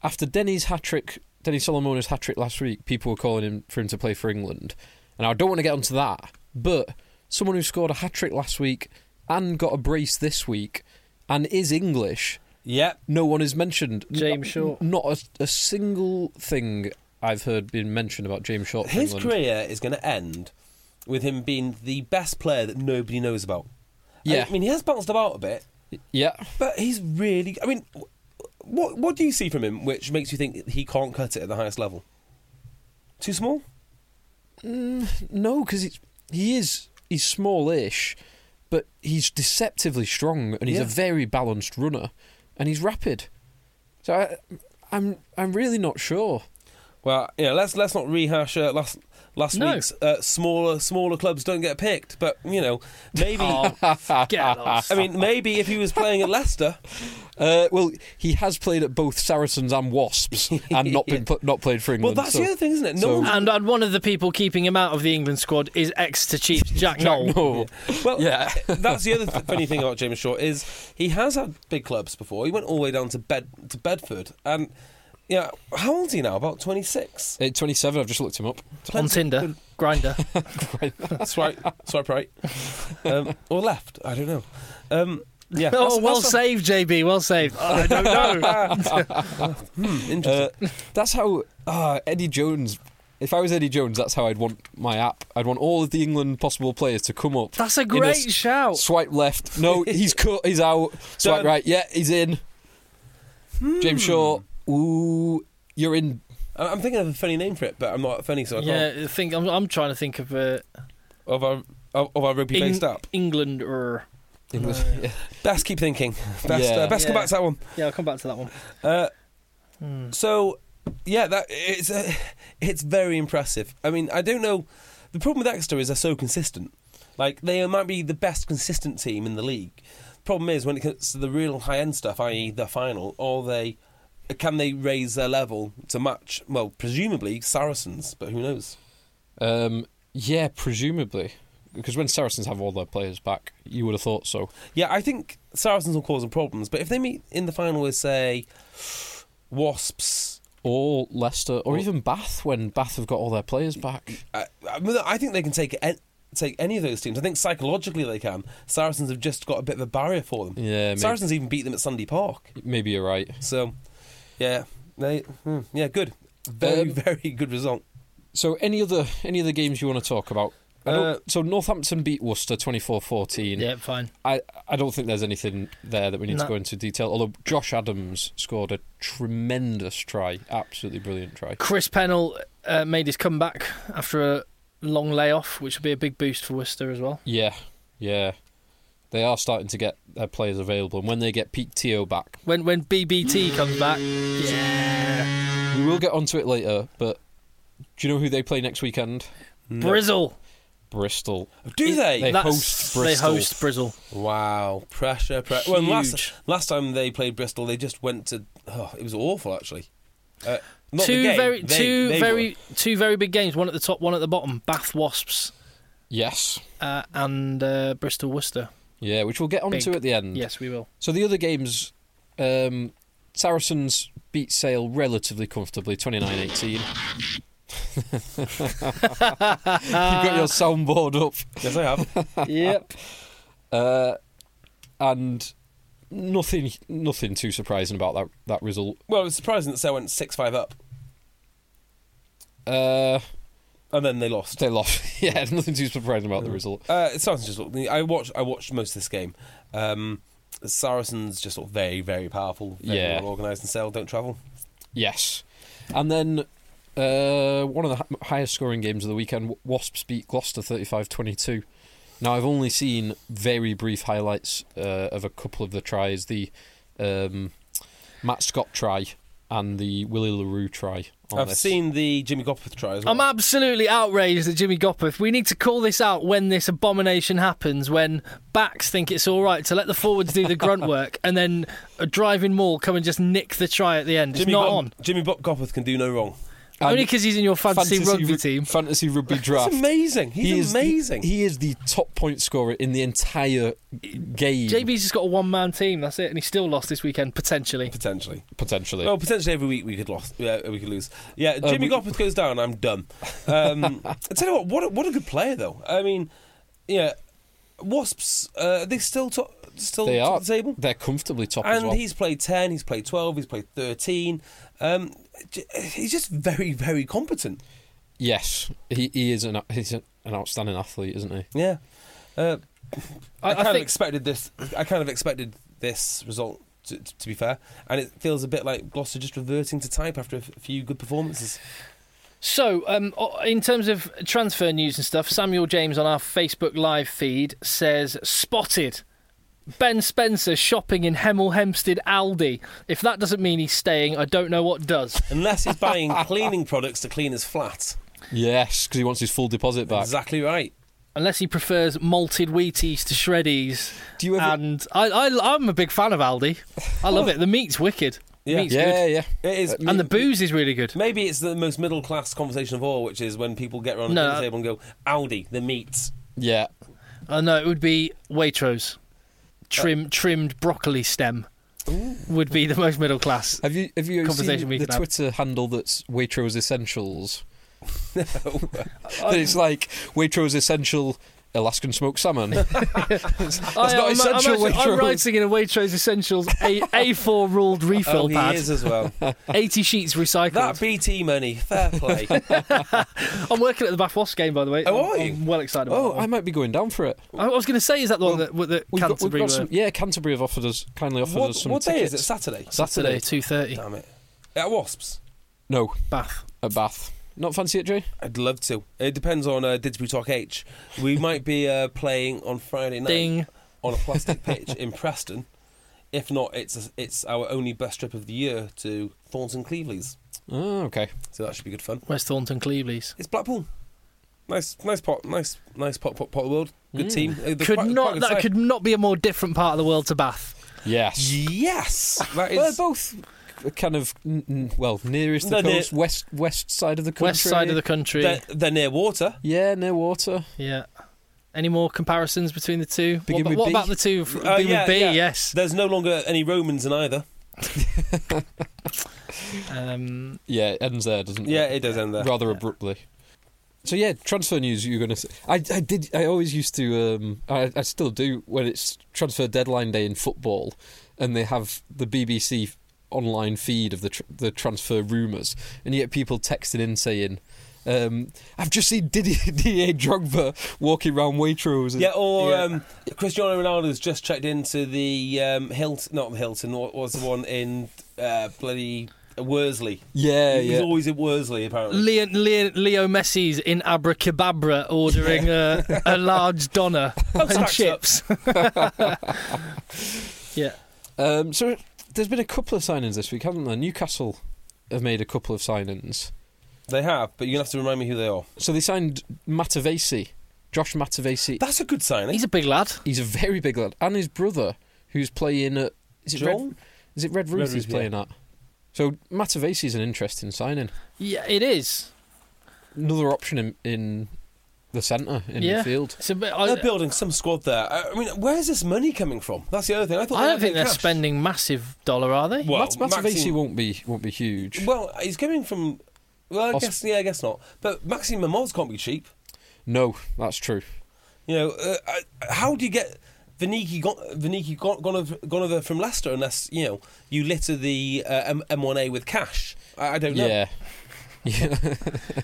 Speaker 3: after Denny's hat trick, Denny Solomona's hat trick last week, people were calling him for him to play for England. And I don't want to get onto that, but someone who scored a hat trick last week and got a brace this week and is English,
Speaker 2: Yeah,
Speaker 3: no one is mentioned.
Speaker 1: James Shaw.
Speaker 3: N- Not a, a single thing I've heard being mentioned about James Short. for
Speaker 2: his
Speaker 3: England.
Speaker 2: career is going to end with him being the best player that nobody knows about.
Speaker 3: Yeah.
Speaker 2: I mean he has bounced about a bit.
Speaker 3: Yeah.
Speaker 2: But he's really. I mean, wh- what what do you see from him which makes you think he can't cut it at the highest level? Too small?
Speaker 3: No, because he is he's smallish, but he's deceptively strong, and he's
Speaker 2: Yeah.
Speaker 3: a very balanced runner, and he's rapid. So I, I'm I'm really not sure.
Speaker 2: Well, you know, let's let's not rehash uh, last last
Speaker 1: No.
Speaker 2: week's uh, smaller smaller clubs don't get picked, but you know maybe
Speaker 1: Oh, Get lost.
Speaker 2: I mean maybe if he was playing at Leicester,
Speaker 3: Uh, well, he has played at both Saracens and Wasps, and not been pl- not played for
Speaker 2: well
Speaker 3: England.
Speaker 2: that's
Speaker 3: so-
Speaker 2: the other thing, isn't it? No
Speaker 3: so-
Speaker 2: one's
Speaker 1: and, and one of the people keeping him out of the England squad is Exeter Chiefs Jack Noel.
Speaker 3: No.
Speaker 2: Well,
Speaker 3: Yeah.
Speaker 2: that's the other th- funny thing about James Shaw is he has had big clubs before. He went all the way down to Bed to Bedford, and yeah, how old's he now? About twenty six.
Speaker 3: Uh, 27, I've just looked him up.
Speaker 1: on Tinder, Grinder. Oh,
Speaker 2: Swipe, swipe right, um, or left. I don't know. Um, yeah.
Speaker 1: oh,
Speaker 2: that's-
Speaker 1: well
Speaker 2: that's-
Speaker 1: saved, JB. Well saved. Oh, I don't know. Hmm,
Speaker 2: Interesting.
Speaker 3: Uh, that's how uh, Eddie Jones. If I was Eddie Jones, that's how I'd want my app. I'd want all of the England possible players to come up.
Speaker 1: That's a
Speaker 3: in
Speaker 1: great
Speaker 3: s-
Speaker 1: shout.
Speaker 3: Swipe left. No, he's cut. He's out. Swipe
Speaker 2: Done.
Speaker 3: right. Yeah, he's in. James Shaw. Ooh, you're in.
Speaker 2: I- Uh, I'm thinking of a funny name for it, but I'm not funny, so I
Speaker 1: yeah,
Speaker 2: can't.
Speaker 1: I think I'm, I'm trying to think of uh,
Speaker 2: Of our of, of our rugby
Speaker 1: Eng-
Speaker 2: based app.
Speaker 1: England or
Speaker 3: England. Yeah.
Speaker 2: Best keep thinking. Best
Speaker 3: Yeah.
Speaker 2: uh, best come
Speaker 1: Yeah.
Speaker 2: back to that one.
Speaker 1: yeah. I'll come back to that one.
Speaker 2: Uh, So, yeah, that it's uh, it's very impressive. I mean, I don't know. The problem with Exeter is they're so consistent. Like they might be the best consistent team in the league. Problem is when it comes to the real high end stuff, i.e., the final, or they can they raise their level to match? Well, presumably Saracens, but who knows?
Speaker 3: Um, yeah, presumably. Because when Saracens have all their players back, you would have thought so.
Speaker 2: Yeah, I think Saracens will cause them problems, but if they meet in the final with say Wasps,
Speaker 3: Or Leicester, or even Bath, when Bath have got all their players back.
Speaker 2: I, I mean, I think they can take an- take any of those teams. I think psychologically they can. Saracens have just got a bit of a barrier for them.
Speaker 3: Yeah, maybe.
Speaker 2: Saracens even beat them at Sunday Park.
Speaker 1: Mm.
Speaker 3: Maybe you're right.
Speaker 2: So, yeah, they hmm, yeah good, very
Speaker 3: Um,
Speaker 2: very good result.
Speaker 3: So any other any other games you want to talk about? I don't,
Speaker 2: Uh,
Speaker 3: so Northampton beat Worcester 24-14.
Speaker 1: Yeah, fine.
Speaker 3: I, I don't think there's anything there that we need
Speaker 1: No.
Speaker 3: to go into detail. Although Josh Adams scored a tremendous try, absolutely brilliant try.
Speaker 1: Chris Pennell uh, made his comeback after a long layoff, which will be a big boost for Worcester as well.
Speaker 3: Yeah, yeah. They are starting to get their players available, and when they get Pete Teo back,
Speaker 1: When when BBT comes back, yeah,
Speaker 3: we will get onto it later. But do you know who they play next weekend?
Speaker 1: Brizzle.
Speaker 3: Bristol.
Speaker 2: Do they?
Speaker 3: They
Speaker 1: That's-
Speaker 3: host
Speaker 1: They
Speaker 3: Bristol.
Speaker 1: host Bristol.
Speaker 2: wow, pressure, pressure. Well, and last
Speaker 1: Huge.
Speaker 2: last time they played Bristol, they just went to. Oh, it was awful actually. Uh, not
Speaker 1: two
Speaker 2: the game.
Speaker 1: very
Speaker 2: they-
Speaker 1: two
Speaker 2: they
Speaker 1: very
Speaker 2: were.
Speaker 1: two very big games. One at the top, one at the bottom. Bath Wasps
Speaker 3: Yes.
Speaker 1: uh, and uh, Bristol Worcester.
Speaker 3: Yeah, which we'll get onto
Speaker 1: Big.
Speaker 3: at the
Speaker 2: Hmm.
Speaker 3: end.
Speaker 1: Yes, we will.
Speaker 3: So the other games, um, Saracens beat Sale relatively comfortably, 29-18. You've got your soundboard up.
Speaker 2: Yes, I have.
Speaker 1: yep.
Speaker 3: Uh, and nothing nothing too surprising about that, that result.
Speaker 2: well, it's surprising that they went six five up,
Speaker 3: Uh,
Speaker 2: and then they lost.
Speaker 3: they lost. yeah, nothing too surprising about the result.
Speaker 2: Uh, Saracens just looked. I watched. I watched most of this game. Um, Saracens just look very, very powerful. Very
Speaker 3: Yeah.
Speaker 2: well organised and sell. Don't travel.
Speaker 3: Yes. And then uh, one of the hi- highest scoring games of the weekend, W- Wasps beat Gloucester 35 22. Now, I've only seen very brief highlights uh, of a couple of the tries the um, Matt Scott try and the Willie LaRue try. On
Speaker 2: I've
Speaker 3: this.
Speaker 2: seen the Jimmy Gopeth try as well.
Speaker 1: I'm absolutely outraged at Jimmy Gopeth. We need to call this out when this abomination happens, when backs think it's all right to let the forwards do the grunt work and then a driving maul come and just nick the try at the end. It's
Speaker 2: Jimmy
Speaker 1: not
Speaker 2: Gop-
Speaker 1: on.
Speaker 2: Jimmy Bo- Gopeth can do no wrong.
Speaker 3: And
Speaker 1: Only because he's in your fantasy, rugby
Speaker 3: ru-
Speaker 2: Hmm.
Speaker 1: team.
Speaker 3: Fantasy rugby draft.
Speaker 2: It's amazing. He's
Speaker 3: He is the-
Speaker 2: amazing.
Speaker 3: he is the top point scorer in the entire game,
Speaker 1: JB's just got a one man team, that's it, and he still lost this weekend, potentially.
Speaker 2: potentially.
Speaker 3: potentially.
Speaker 2: Well, potentially every week we could lost. Yeah, we could lose. Yeah, Jimmy
Speaker 3: we-
Speaker 2: Gopeth goes down. I'm done. Um, I tell you what. What a, what a good player though. I mean, yeah. Wasps. Uh, are they still top. Still
Speaker 3: they
Speaker 2: top
Speaker 3: are.
Speaker 2: of the table.
Speaker 3: They're comfortably top as
Speaker 2: and
Speaker 3: well.
Speaker 2: he's played 10 he's played 12 he's played 13 um, j- he's just very very competent
Speaker 3: Yes, he, he is an he's an outstanding athlete, isn't he?
Speaker 2: yeah uh, I,
Speaker 1: I- I
Speaker 2: kind of
Speaker 1: think-
Speaker 2: expected this i kind of expected this result to, to be fair and it feels a bit like gloucester just reverting to type after a f- few good performances
Speaker 1: So, um, o- in terms of transfer news and stuff, Samuel James on our Facebook live feed says spotted Ben Spencer shopping in Hemel Hempstead Aldi. If that doesn't mean he's staying, I don't know what does.
Speaker 2: Unless he's buying cleaning products to clean his flat.
Speaker 3: Yes, because he wants his full deposit back.
Speaker 2: Exactly right.
Speaker 1: Unless he prefers malted Wheaties to Shreddies.
Speaker 3: Do you ever-
Speaker 1: And I, I, I'm a big fan of Aldi. I love it. The meat's wicked.
Speaker 2: Yeah.
Speaker 1: Meat's
Speaker 3: Yeah,
Speaker 1: good.
Speaker 3: yeah.
Speaker 2: It is.
Speaker 1: And the booze is really good.
Speaker 2: Maybe it's the most middle class conversation of all, which is when people get around
Speaker 1: No.
Speaker 2: the dinner table and go, Audi, the meat.
Speaker 3: Yeah.
Speaker 1: Oh no, it would be
Speaker 3: Uh
Speaker 1: Waitrose. Trim, trimmed broccoli stem would be the most middle class.
Speaker 3: Have you have you
Speaker 1: Conversation
Speaker 3: seen
Speaker 1: we
Speaker 3: the
Speaker 1: can have.
Speaker 3: Twitter handle that's Waitrose Essentials? No. it's like Waitrose Essential Alaskan smoked salmon.
Speaker 1: I,
Speaker 3: not essential
Speaker 1: I'm, actually- I'm
Speaker 3: Waitrose.
Speaker 1: writing in a Waitrose Essentials a, A4 ruled refill
Speaker 2: oh, he
Speaker 1: pad,
Speaker 2: is as well.
Speaker 1: 80 sheets recycled.
Speaker 2: that BT money, fair play.
Speaker 1: I'm working at the Bath Wasps game, by the way.
Speaker 2: Oh,
Speaker 1: I'm,
Speaker 2: are you?
Speaker 1: I'm well excited about
Speaker 3: oh,
Speaker 1: that one.
Speaker 3: I might be going down for it.
Speaker 1: I was going to say, is that the one that, with the
Speaker 3: We've got- we've
Speaker 1: Canterbury
Speaker 3: got
Speaker 1: were-
Speaker 3: some- yeah, Canterbury have offered us kindly offered
Speaker 2: what
Speaker 3: us some
Speaker 2: what day is
Speaker 3: tickets.
Speaker 2: it? Saturday.
Speaker 1: Saturday,
Speaker 3: Saturday?
Speaker 1: 2.30,
Speaker 2: Damn it. At Wasps.
Speaker 3: No,
Speaker 1: Bath.
Speaker 3: at Bath. Not fancy it, Jay?
Speaker 2: I'd love to. It depends on uh, Didsbury Talk H. We might be uh, playing on Friday night
Speaker 1: Ding.
Speaker 2: on a plastic pitch in Preston. If not, it's it's our only bus trip of the year to Thornton Cleveley's.
Speaker 3: Oh, okay.
Speaker 2: So that should be good fun.
Speaker 1: West Thornton Cleveley's.
Speaker 2: It's Blackpool. Nice, nice pot, nice, nice pot, pot, pot of the world. Good team. Uh, they're
Speaker 1: Could
Speaker 2: quite- quite
Speaker 1: not
Speaker 2: good
Speaker 1: that
Speaker 2: side.
Speaker 1: could not be a more different part of the world to Bath.
Speaker 3: Yes.
Speaker 2: Yes, that
Speaker 3: Well,
Speaker 2: is.
Speaker 3: they're both kind of n- n- well nearest the
Speaker 2: They're near-
Speaker 3: coast, west west side of the country.
Speaker 1: West side of the country.
Speaker 2: They're, they're near water.
Speaker 3: Yeah, near water.
Speaker 1: Yeah. Any more comparisons between the two?
Speaker 3: Begin
Speaker 1: what
Speaker 3: with
Speaker 1: about, what
Speaker 3: B?
Speaker 1: about the two? F-
Speaker 2: Uh,
Speaker 1: begin
Speaker 2: yeah,
Speaker 1: with B,
Speaker 2: yeah.
Speaker 1: yes.
Speaker 2: There's no longer any Romans in either.
Speaker 1: Um,
Speaker 3: Yeah, it ends there, doesn't it?
Speaker 2: Yeah, it does end there.
Speaker 3: rather abruptly. So yeah, transfer news. You're gonna. Say. I I did. I always used to. Um, I I still do when it's transfer deadline day in football, and they have the BBC online feed of the tr- the transfer rumours, and you get people texting in saying. Um, I've just seen Didier, Didier Drogba walking around Waitrose. and-
Speaker 2: Yeah, or Um, Cristiano Ronaldo's just checked into the um, Hilton, not Hilton, what was the one in uh, bloody Worsley?
Speaker 3: yeah,
Speaker 2: He's
Speaker 3: yeah.
Speaker 2: always at Worsley, apparently.
Speaker 1: Leo, Leo, Leo Messi's in Abracababra ordering a, a large doner and
Speaker 2: stacked up.
Speaker 1: chips. yeah.
Speaker 3: Um, so there's been a couple of signings this week, haven't there? Newcastle have made a couple of signings.
Speaker 2: They have, but you're going to have to remind me who they are.
Speaker 3: So they signed Matavesi, Josh Matavesi.
Speaker 2: That's a good signing.
Speaker 1: He's a big lad.
Speaker 3: He's a very big lad, and his brother, who's playing at is it
Speaker 2: Joel?
Speaker 3: Red, is it Red Roof?
Speaker 2: Red
Speaker 3: he's
Speaker 2: Roof,
Speaker 3: playing at. So Matavesi is an interesting signing.
Speaker 1: Yeah, it is.
Speaker 3: Another option in, in the centre in
Speaker 1: yeah.
Speaker 3: midfield.
Speaker 1: It's a bit,
Speaker 2: They're
Speaker 1: I,
Speaker 2: building some squad there. I I mean, where's this money coming from? That's the other thing. I, thought
Speaker 1: I
Speaker 2: they
Speaker 1: don't
Speaker 2: had
Speaker 1: think
Speaker 2: no
Speaker 1: they're
Speaker 2: cash.
Speaker 1: spending massive dollar, are they?
Speaker 2: Well,
Speaker 3: Mat- Matavesi
Speaker 2: Maxime-
Speaker 3: won't be won't be huge.
Speaker 2: Well, he's coming from. Well, I
Speaker 3: Os-
Speaker 2: guess yeah, I guess not. But Maxime Mamoz can't be cheap.
Speaker 3: no, that's true.
Speaker 2: You know, uh, I- how do you get Viniki Gon- Viniki Gon- Gonov- Gonover from Leicester unless you know you litter the uh, M- M1A with cash? I, I don't know.
Speaker 3: Yeah, yeah.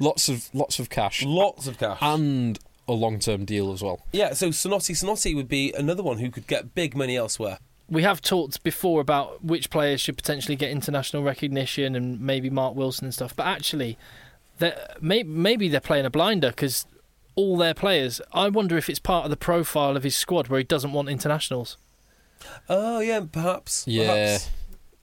Speaker 3: lots of lots of cash.
Speaker 2: Lots of cash.
Speaker 3: and a long term deal as well.
Speaker 2: yeah, so Sonotti Sonotti would be another one who could get big money elsewhere.
Speaker 1: We have talked before about which players should potentially get international recognition and maybe Mark Wilson and stuff, but actually, they're- may- maybe they're playing a blinder because all their players. I wonder if it's part of the profile of his squad where he doesn't want internationals.
Speaker 2: Oh yeah, perhaps.
Speaker 3: Yeah.
Speaker 2: perhaps.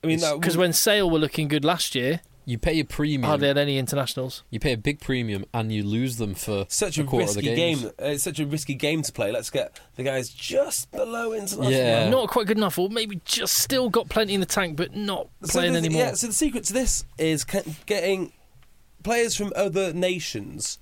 Speaker 2: I mean, that
Speaker 1: Because
Speaker 2: would-
Speaker 1: when Sale were looking good last year,
Speaker 3: You pay a premium.
Speaker 1: hardly had any internationals.
Speaker 3: You pay a big premium and you lose them for
Speaker 2: such
Speaker 3: a,
Speaker 2: a,
Speaker 3: quarter
Speaker 2: risky
Speaker 3: of the games.
Speaker 2: game. uh, It's such a risky game to play. Let's get the guys just below international.
Speaker 3: Yeah.
Speaker 1: Not quite good enough, or maybe just still got plenty in the tank, but not
Speaker 2: So
Speaker 1: playing
Speaker 2: the,
Speaker 1: anymore.
Speaker 2: Yeah, so the secret to this is ca- getting players from other nations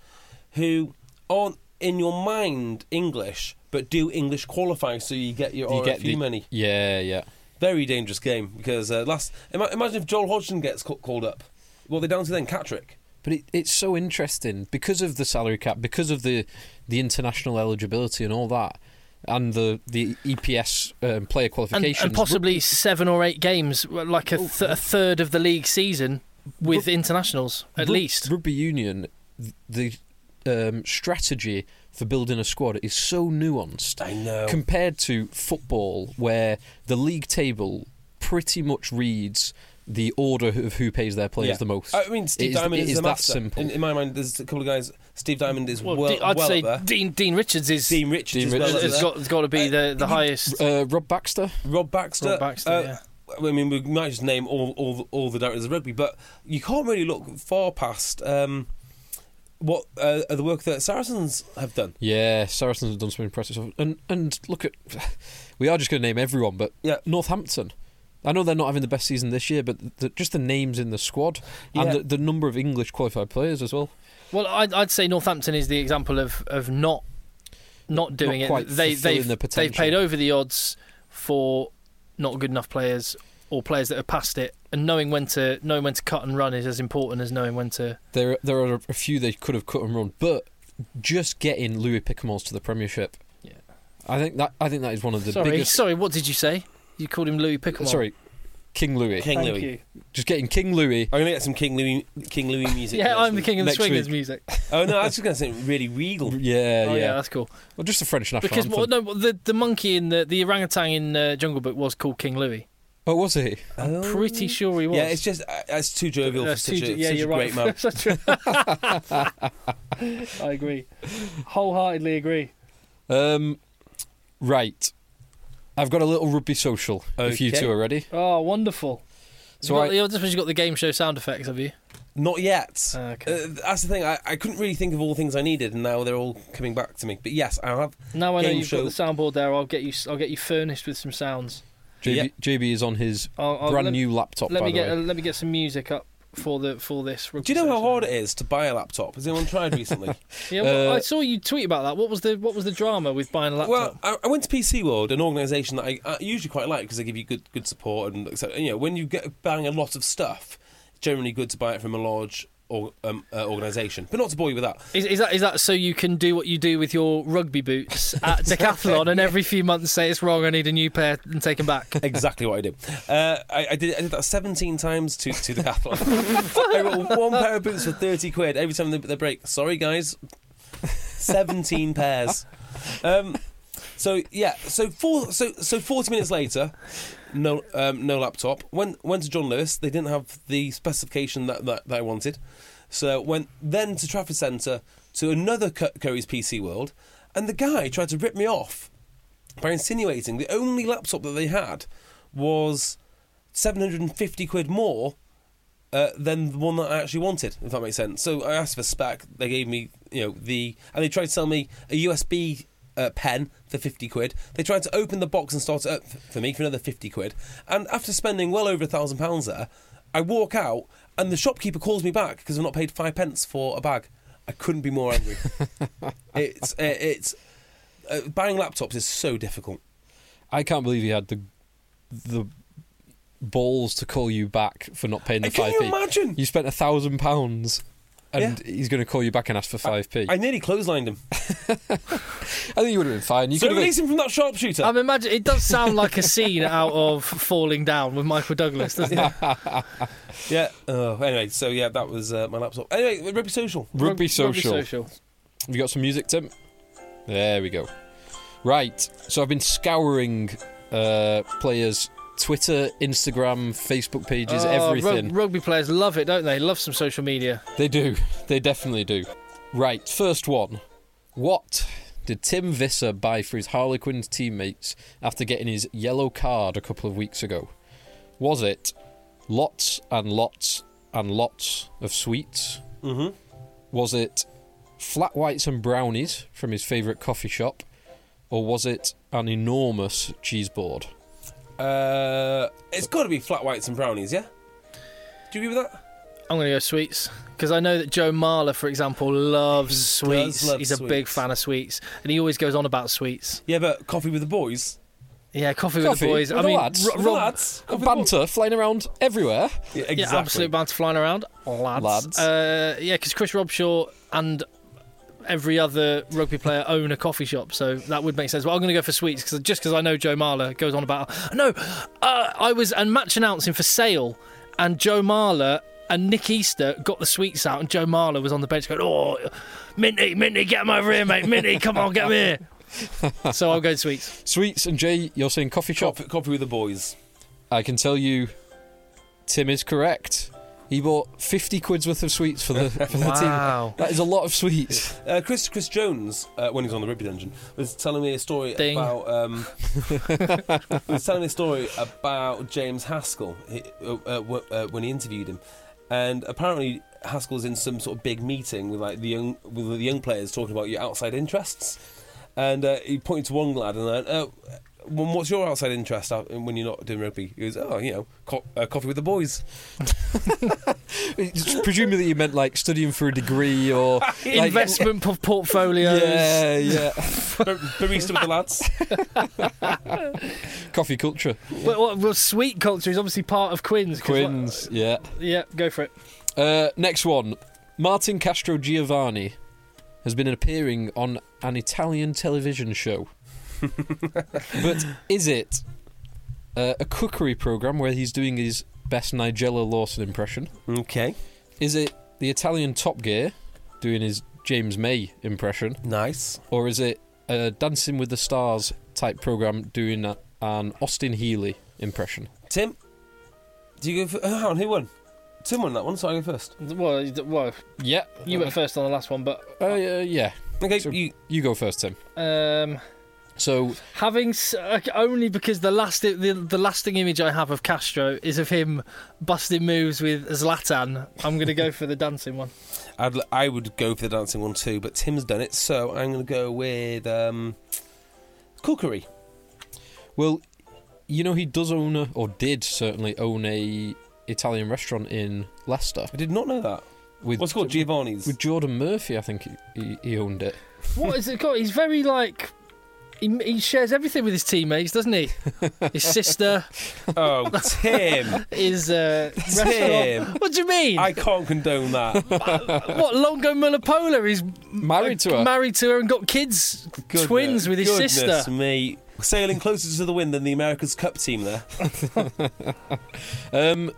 Speaker 2: who aren't in your mind English but do English qualify, so you get your
Speaker 3: You
Speaker 2: RFU
Speaker 3: get the-
Speaker 2: money.
Speaker 3: Yeah, yeah.
Speaker 2: Very dangerous game because uh, last ima- imagine if Joel Hodgson gets ca- called up. Well, they down to then Catrick.
Speaker 3: But it, it's so interesting because of the salary cap, because of the the international eligibility and all that, and the the EPS um, player
Speaker 1: and,
Speaker 3: qualifications.
Speaker 1: and possibly seven or eight games, like a, th- a third of the league season with internationals at
Speaker 3: Rug-
Speaker 1: least.
Speaker 3: Rugby union, th- the um, strategy for building a squad is so nuanced.
Speaker 2: I know.
Speaker 3: Compared to football, where the league table pretty much reads the order of who pays their players
Speaker 2: Yeah.
Speaker 3: the most.
Speaker 2: I mean, Steve
Speaker 3: It is-
Speaker 2: Diamond
Speaker 3: it
Speaker 2: is,
Speaker 3: is
Speaker 2: the
Speaker 3: that
Speaker 2: master.
Speaker 3: simple.
Speaker 2: In, in my mind, there's a couple of guys. Steve Diamond is
Speaker 1: Well,
Speaker 2: well,
Speaker 1: Dean- I'd
Speaker 2: well
Speaker 1: say
Speaker 2: up there.
Speaker 1: Dean Dean Richards is
Speaker 2: Dean Richards
Speaker 3: Dean
Speaker 2: is
Speaker 3: Richards
Speaker 2: well up
Speaker 3: is
Speaker 1: has
Speaker 2: there.
Speaker 1: got, has got to be
Speaker 2: Uh,
Speaker 1: the, the highest.
Speaker 3: uh, Rob Baxter,
Speaker 2: Rob Baxter. uh,
Speaker 1: Rob Baxter, yeah.
Speaker 2: I mean, we might just name all all the- all the directors of rugby, but you can't really look far past um, what uh, the work that Saracens have done.
Speaker 3: yeah, Saracens have done some impressive stuff, and and look at, we are just going to name everyone, but
Speaker 2: Yeah.
Speaker 3: Northampton. I know they're not having the best season this year, but the, just the names in the squad and
Speaker 2: Yeah.
Speaker 3: the, the number of English qualified players as well.
Speaker 1: well, I'd, I'd say Northampton is the example of, of not not doing
Speaker 3: quite
Speaker 1: it. They
Speaker 3: fulfilling
Speaker 1: they've
Speaker 3: the
Speaker 1: they've
Speaker 3: potential.
Speaker 1: paid over the odds for not good enough players or players that have passed it, and knowing when to knowing when to cut and run is as important as knowing when to.
Speaker 3: There, there are a few they could have cut and run, but just getting Louis Picamores to the Premiership,
Speaker 1: Yeah.
Speaker 3: I think that I think that is one of the
Speaker 1: sorry,
Speaker 3: biggest.
Speaker 1: sorry. What did you say? You called him Louis Pickamore.
Speaker 3: sorry, King Louis.
Speaker 2: King
Speaker 1: Thank
Speaker 2: Louis.
Speaker 1: you.
Speaker 3: Just getting King Louis.
Speaker 2: I'm gonna get some King Louis King Louis music.
Speaker 1: Yeah,
Speaker 2: next
Speaker 1: I'm the
Speaker 2: week.
Speaker 1: king of the
Speaker 3: Next
Speaker 1: swingers
Speaker 3: week.
Speaker 1: music.
Speaker 2: Oh no, I was just gonna say really regal.
Speaker 3: Yeah,
Speaker 1: oh,
Speaker 3: yeah.
Speaker 1: yeah. that's cool.
Speaker 3: Well, just the French national
Speaker 1: Because
Speaker 3: anthem.
Speaker 1: well, no, well, the the monkey in the the orangutan in uh, Jungle Book was called King Louis.
Speaker 3: Oh, was he?
Speaker 1: I'm pretty sure he was.
Speaker 2: Yeah, it's just uh, it's too jovial for
Speaker 1: That's
Speaker 2: such
Speaker 1: too-
Speaker 2: a,
Speaker 1: yeah,
Speaker 2: such a
Speaker 1: you're
Speaker 2: great man.
Speaker 1: right. Such a- I agree, wholeheartedly agree.
Speaker 3: Um, right. I've got a little rugby social. If you
Speaker 2: Okay.
Speaker 3: two are ready,
Speaker 1: Oh, wonderful.
Speaker 3: So
Speaker 1: So
Speaker 3: I-
Speaker 1: you got, the- just you got the game show sound effects, have you?
Speaker 2: Not yet.
Speaker 1: Ah, okay.
Speaker 2: Uh, that's the thing. I, I couldn't really think of all the things I needed, and now they're all coming back to me. But yes, I have.
Speaker 1: Now I know
Speaker 2: Game
Speaker 1: you've
Speaker 2: show.
Speaker 1: got the soundboard there. I'll get you. I'll get you furnished with some sounds.
Speaker 3: JB,
Speaker 2: Yeah.
Speaker 3: JB is on his
Speaker 1: I'll, I'll-
Speaker 3: brand
Speaker 1: let-
Speaker 3: new laptop.
Speaker 1: Let
Speaker 3: by
Speaker 1: me
Speaker 3: the
Speaker 1: get.
Speaker 3: way.
Speaker 1: uh, let me get some music up for the for this.
Speaker 2: Do you know how hard it is to buy a laptop? Has anyone tried recently?
Speaker 1: Yeah, well,
Speaker 3: Uh,
Speaker 1: I saw you tweet about that. What was the what was the drama with buying a laptop?
Speaker 2: Well, I, I went to PC World, an organisation that I, I usually quite like because they give you good good support and et cetera. you know when you get buying a lot of stuff, it's generally good to buy it from a large or, um, uh, organisation. But not to bore you with that.
Speaker 1: Is, is that is that so you can do what you do with your rugby boots at Decathlon and every few months say it's wrong, I need a new pair and take them back?
Speaker 2: Exactly what I did. Uh, I, I did. I did that seventeen times to to the Decathlon. I got one pair of boots for thirty quid every time they, they break. Sorry, guys. Seventeen pairs. Um, so yeah. So four. So so forty minutes later, no um, no laptop. Went went to John Lewis. They didn't have the specification that that, that I wanted. So went then to Trafford Centre to another Cu- Curry's PC World, and the guy tried to rip me off by insinuating the only laptop that they had was 750 quid more uh, than the one that I actually wanted, if that makes sense. So I asked for spec, they gave me, you know, the. And they tried to sell me a USB uh, pen for 50 quid. They tried to open the box and start it up f- for me for another 50 quid. And after spending well over a thousand pounds there, I walk out and the shopkeeper calls me back because I've not paid five pence for a bag. I couldn't be more angry. it's. Uh, it's uh, buying laptops is so difficult.
Speaker 3: I can't believe he had the the balls to call you back for not paying the
Speaker 2: Uh, can
Speaker 3: five
Speaker 2: you
Speaker 3: p.
Speaker 2: imagine?
Speaker 3: You spent a thousand pounds, and he's going to call you back and ask for five p. I
Speaker 2: I nearly clotheslined him.
Speaker 3: think you would have been fine. You
Speaker 2: so
Speaker 3: could have.
Speaker 2: release him from that sharpshooter.
Speaker 1: I'm imagine it does sound like a scene out of Falling Down with Michael Douglas, doesn't it?
Speaker 2: yeah. Oh, anyway, so yeah, that was uh, my laptop. Anyway, Rugby Social.
Speaker 3: Rugby, social. Have you got some music, Tim? There we go. Right. So I've been scouring uh, players' Twitter, Instagram, Facebook pages,
Speaker 1: Oh, rug-
Speaker 3: everything.
Speaker 1: rugby players love it, don't they? Love some social media.
Speaker 3: They do. They definitely do. Right. First one. What did Tim Visser buy for his Harlequins teammates after getting his yellow card a couple of weeks ago? Was it lots and lots and lots of sweets?
Speaker 2: Mhm.
Speaker 3: Was it flat whites and brownies from his favourite coffee shop? Or was it an enormous cheese board?
Speaker 2: Uh, it's got to be flat whites and brownies, yeah? Do you agree with that?
Speaker 1: I'm going to go sweets because I know that Joe Marler, for example, loves sweets.
Speaker 2: love
Speaker 1: He's a big
Speaker 2: sweets.
Speaker 1: fan of sweets, and he always goes on about sweets.
Speaker 2: Yeah, but coffee with the boys.
Speaker 1: Yeah, coffee, with
Speaker 3: Coffee
Speaker 1: the boys.
Speaker 3: with
Speaker 1: I
Speaker 3: the
Speaker 1: mean,
Speaker 3: lads.
Speaker 1: Ro-
Speaker 2: With the
Speaker 1: Rob-
Speaker 2: lads. Coffee with the boys.
Speaker 3: Banter flying around everywhere.
Speaker 2: Yeah, exactly.
Speaker 1: Yeah, absolute banter flying around, lads.
Speaker 3: Lads.
Speaker 1: Uh, yeah, because Chris Robshaw and every other rugby player own a coffee shop, so that would make sense. But I'm going to go for sweets because just because I know Joe Marler goes on about no, uh, I was and match announcing for sale, and Joe Marler and Nick Easter got the sweets out, and Joe Marler was on the bench going, oh, Minty, Minty, get him over here, mate, Minty, come on, get him here. so I'll go sweets.
Speaker 3: Sweets and Jay, you're saying coffee shop.
Speaker 2: Coffee, coffee with the boys.
Speaker 3: I can tell you Tim is correct. He bought 50 quid's worth of sweets for the, for the
Speaker 1: Wow.
Speaker 3: team. That is a lot of sweets.
Speaker 2: Uh, Chris Chris Jones, uh, when he was on the Rugby Dungeon, was telling me a story
Speaker 1: Ding.
Speaker 2: about. Um, he was telling me a story about James Haskell he, uh, uh, w- uh, when he interviewed him, and apparently Haskell's in some sort of big meeting with like the young with the young players talking about your outside interests, and uh, he pointed to one lad and uh, uh, well, what's your outside interest out- when you're not doing rugby? He goes, oh, you know, co- uh, coffee with the boys.
Speaker 3: It's Presumably, you meant like studying for a degree or like,
Speaker 1: Investment p- portfolios.
Speaker 3: Yeah, yeah.
Speaker 2: Bar- Barista with the lads.
Speaker 3: Coffee culture.
Speaker 1: Well, well, well, sweet culture is obviously part of Quinn's. 'cause what-
Speaker 3: Quins. Yeah.
Speaker 1: yeah, go for it.
Speaker 3: Uh, next one. Martin Castro Giovanni has been appearing on an Italian television show. but is it uh, a cookery program where he's doing his best Nigella Lawson impression?
Speaker 2: Okay,
Speaker 3: Is it the Italian Top Gear doing his James May impression?
Speaker 2: nice.
Speaker 3: Or is it a Dancing with the Stars type program doing a- an Austin Healy impression?
Speaker 2: Tim, do you go for? Oh, hang on, who won? Tim won that one, so I go first.
Speaker 1: Well, you d- well,
Speaker 3: Yeah.
Speaker 1: you went first on the last one, but
Speaker 3: Uh, yeah.
Speaker 2: Okay,
Speaker 3: So-
Speaker 2: you.
Speaker 3: You go first, Tim.
Speaker 1: um,
Speaker 3: So
Speaker 1: having s- uh, only because the last the, the lasting image I have of Castro is of him busting moves with Zlatan. I'm going to go for the dancing one.
Speaker 2: I'd, l- I would go for the dancing one too, but Tim's done it, so I'm going to go with um, cookery.
Speaker 3: Well, you know he does own a, or did certainly own a Italian restaurant in Leicester
Speaker 2: I did not know that.
Speaker 3: with
Speaker 2: What's it called Giovanni's?
Speaker 3: with Jordan Murphy. I think he- he, he owned it.
Speaker 1: What is it called? He's very like. He, he shares everything with his teammates, doesn't he? His sister,
Speaker 2: oh, Tim,
Speaker 1: his uh,
Speaker 2: Tim.
Speaker 1: restaurant. What do you mean?
Speaker 2: I can't condone that.
Speaker 1: What Longo Mullapola is
Speaker 3: Married to her.
Speaker 1: married to her and got kids,
Speaker 2: Goodness-
Speaker 1: twins with his
Speaker 2: goodness
Speaker 1: sister.
Speaker 2: me. Sailing closer to the wind than the America's Cup team there.
Speaker 3: um,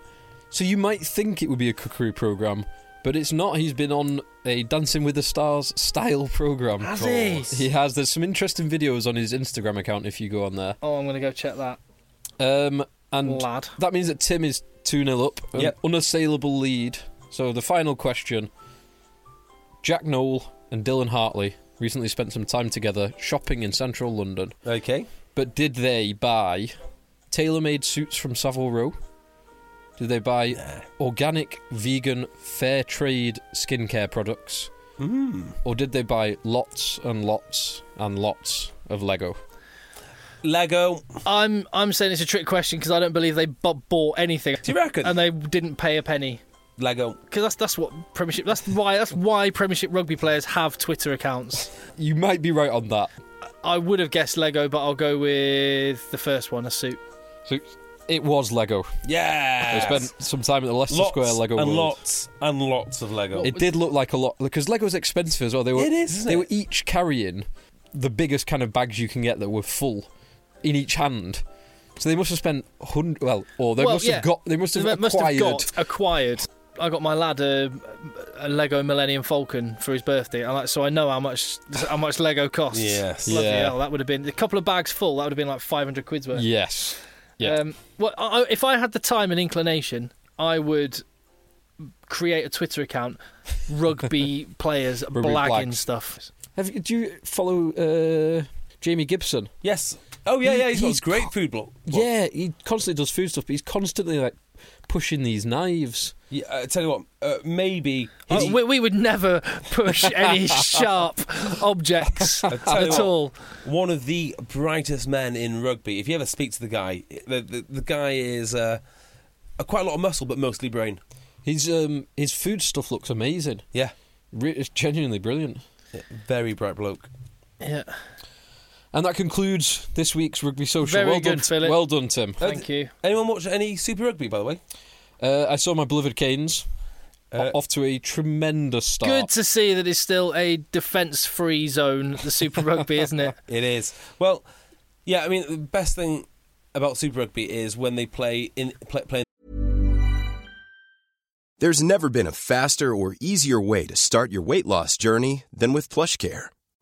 Speaker 3: so you might think it would be a cookery program, but it's not. He's been on a Dancing with the Stars style program.
Speaker 1: Has
Speaker 3: called-
Speaker 1: he?
Speaker 3: He has. There's some interesting videos on his Instagram account if you go on there.
Speaker 1: Oh, I'm gonna go check that
Speaker 3: Um, and
Speaker 1: lad.
Speaker 3: That means that Tim is 2 0 up. An
Speaker 2: Yep.
Speaker 3: Unassailable lead. So the final question Jack Noel and Dylan Hartley recently spent some time together shopping in central London.
Speaker 2: Okay.
Speaker 3: But did they buy tailor made suits from Savile Row? Did they buy organic, vegan, fair trade skincare products? Or did they buy lots and lots and lots of Lego?
Speaker 2: Lego.
Speaker 1: I'm I'm saying it's a trick question because I don't believe they bu- bought anything.
Speaker 2: Do you reckon?
Speaker 1: And they didn't pay a penny
Speaker 2: Lego.
Speaker 1: because that's that's what Premiership. That's why that's why Premiership rugby players have Twitter accounts.
Speaker 3: You might be right on that.
Speaker 1: I would have guessed Lego, but I'll go with the first one, a suit.
Speaker 3: So it was Lego. They
Speaker 2: Yeah.
Speaker 3: spent some time at the Leicester
Speaker 2: lots
Speaker 3: Square Lego
Speaker 2: and
Speaker 3: World.
Speaker 2: lots and lots of Lego.
Speaker 3: It did look like a lot because Lego's expensive as well. They were
Speaker 2: It is, isn't
Speaker 3: they
Speaker 2: it?
Speaker 3: were each carrying the biggest kind of bags you can get that were full in each hand. So they must have spent hundred well, or they
Speaker 1: Well,
Speaker 3: must
Speaker 1: yeah.
Speaker 3: have got they must have
Speaker 1: They must
Speaker 3: acquired
Speaker 1: have got acquired. I got my lad a, a Lego Millennium Falcon for his birthday, and like, so I know how much how much Lego costs.
Speaker 2: Yes.
Speaker 1: Bloody
Speaker 3: Yeah.
Speaker 1: hell, that would have been a couple of bags full. That would have been like five hundred quid's worth.
Speaker 3: Yes. Yeah.
Speaker 1: Um, well, I, I- if I had the time and inclination, I would create a Twitter account, rugby players blagging
Speaker 3: blags.
Speaker 1: stuff.
Speaker 3: Have you, do you follow uh, Jamie Gibson?
Speaker 2: Yes. Oh yeah,
Speaker 3: He-
Speaker 2: yeah. He's got
Speaker 3: he's
Speaker 2: a great
Speaker 3: got-
Speaker 2: food block.
Speaker 3: Yeah, he constantly does food stuff, but he's constantly like pushing these knives.
Speaker 2: Yeah, I tell you what, uh, maybe
Speaker 3: Oh,
Speaker 1: Uh,
Speaker 2: he-
Speaker 1: we, we would never push any sharp objects
Speaker 2: tell you
Speaker 1: at
Speaker 2: what.
Speaker 1: all.
Speaker 2: one of the brightest men in rugby. If you ever speak to the guy, the the, the guy is uh, uh, quite a lot of muscle, but mostly brain.
Speaker 3: His um his food stuff looks amazing.
Speaker 2: Yeah,
Speaker 3: Re- it's genuinely brilliant.
Speaker 2: very bright bloke.
Speaker 1: Yeah.
Speaker 3: And that concludes this week's Rugby Social.
Speaker 1: Very
Speaker 3: well
Speaker 1: good,
Speaker 3: done,
Speaker 1: Philip.
Speaker 3: Well done, Tim.
Speaker 1: Thank you.
Speaker 2: Anyone watch any Super Rugby, by the way?
Speaker 3: Uh, I saw my beloved Canes
Speaker 2: Uh,
Speaker 3: off to a tremendous start.
Speaker 1: Good to see that it's still a defence-free zone, the Super Rugby, isn't it?
Speaker 2: It is. Well, yeah. I mean, the best thing about Super Rugby is when they play in play, play
Speaker 5: There's never been a faster or easier way to start your weight loss journey than with PlushCare.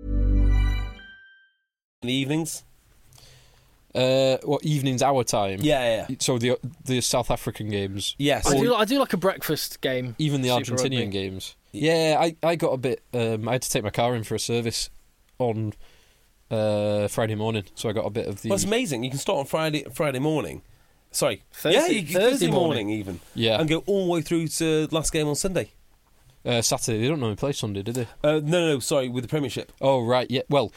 Speaker 2: in the evenings.
Speaker 3: Uh, what evenings our
Speaker 5: Mm.
Speaker 3: time?
Speaker 2: Yeah, yeah.
Speaker 3: So the the South African games,
Speaker 2: Yes.
Speaker 1: I do, I do like a breakfast game.
Speaker 3: even the
Speaker 1: Super
Speaker 3: Argentinian
Speaker 1: Rugby.
Speaker 3: games. Yeah, I, I got a bit. Um, I had to take my car in for a service on uh, Friday morning, so I got a bit of the.
Speaker 2: Well, it's amazing. You can start on Friday Friday morning. Sorry,
Speaker 1: Thursday-
Speaker 2: yeah, you,
Speaker 1: Thursday
Speaker 2: Thursday
Speaker 1: morning.
Speaker 2: morning even.
Speaker 3: Yeah.
Speaker 2: and go all the way through to last game on Sunday.
Speaker 3: uh, Saturday. They don't normally play Sunday, do they?
Speaker 2: Uh, no, no, no, sorry, with the Premiership.
Speaker 3: Oh right, yeah. Well,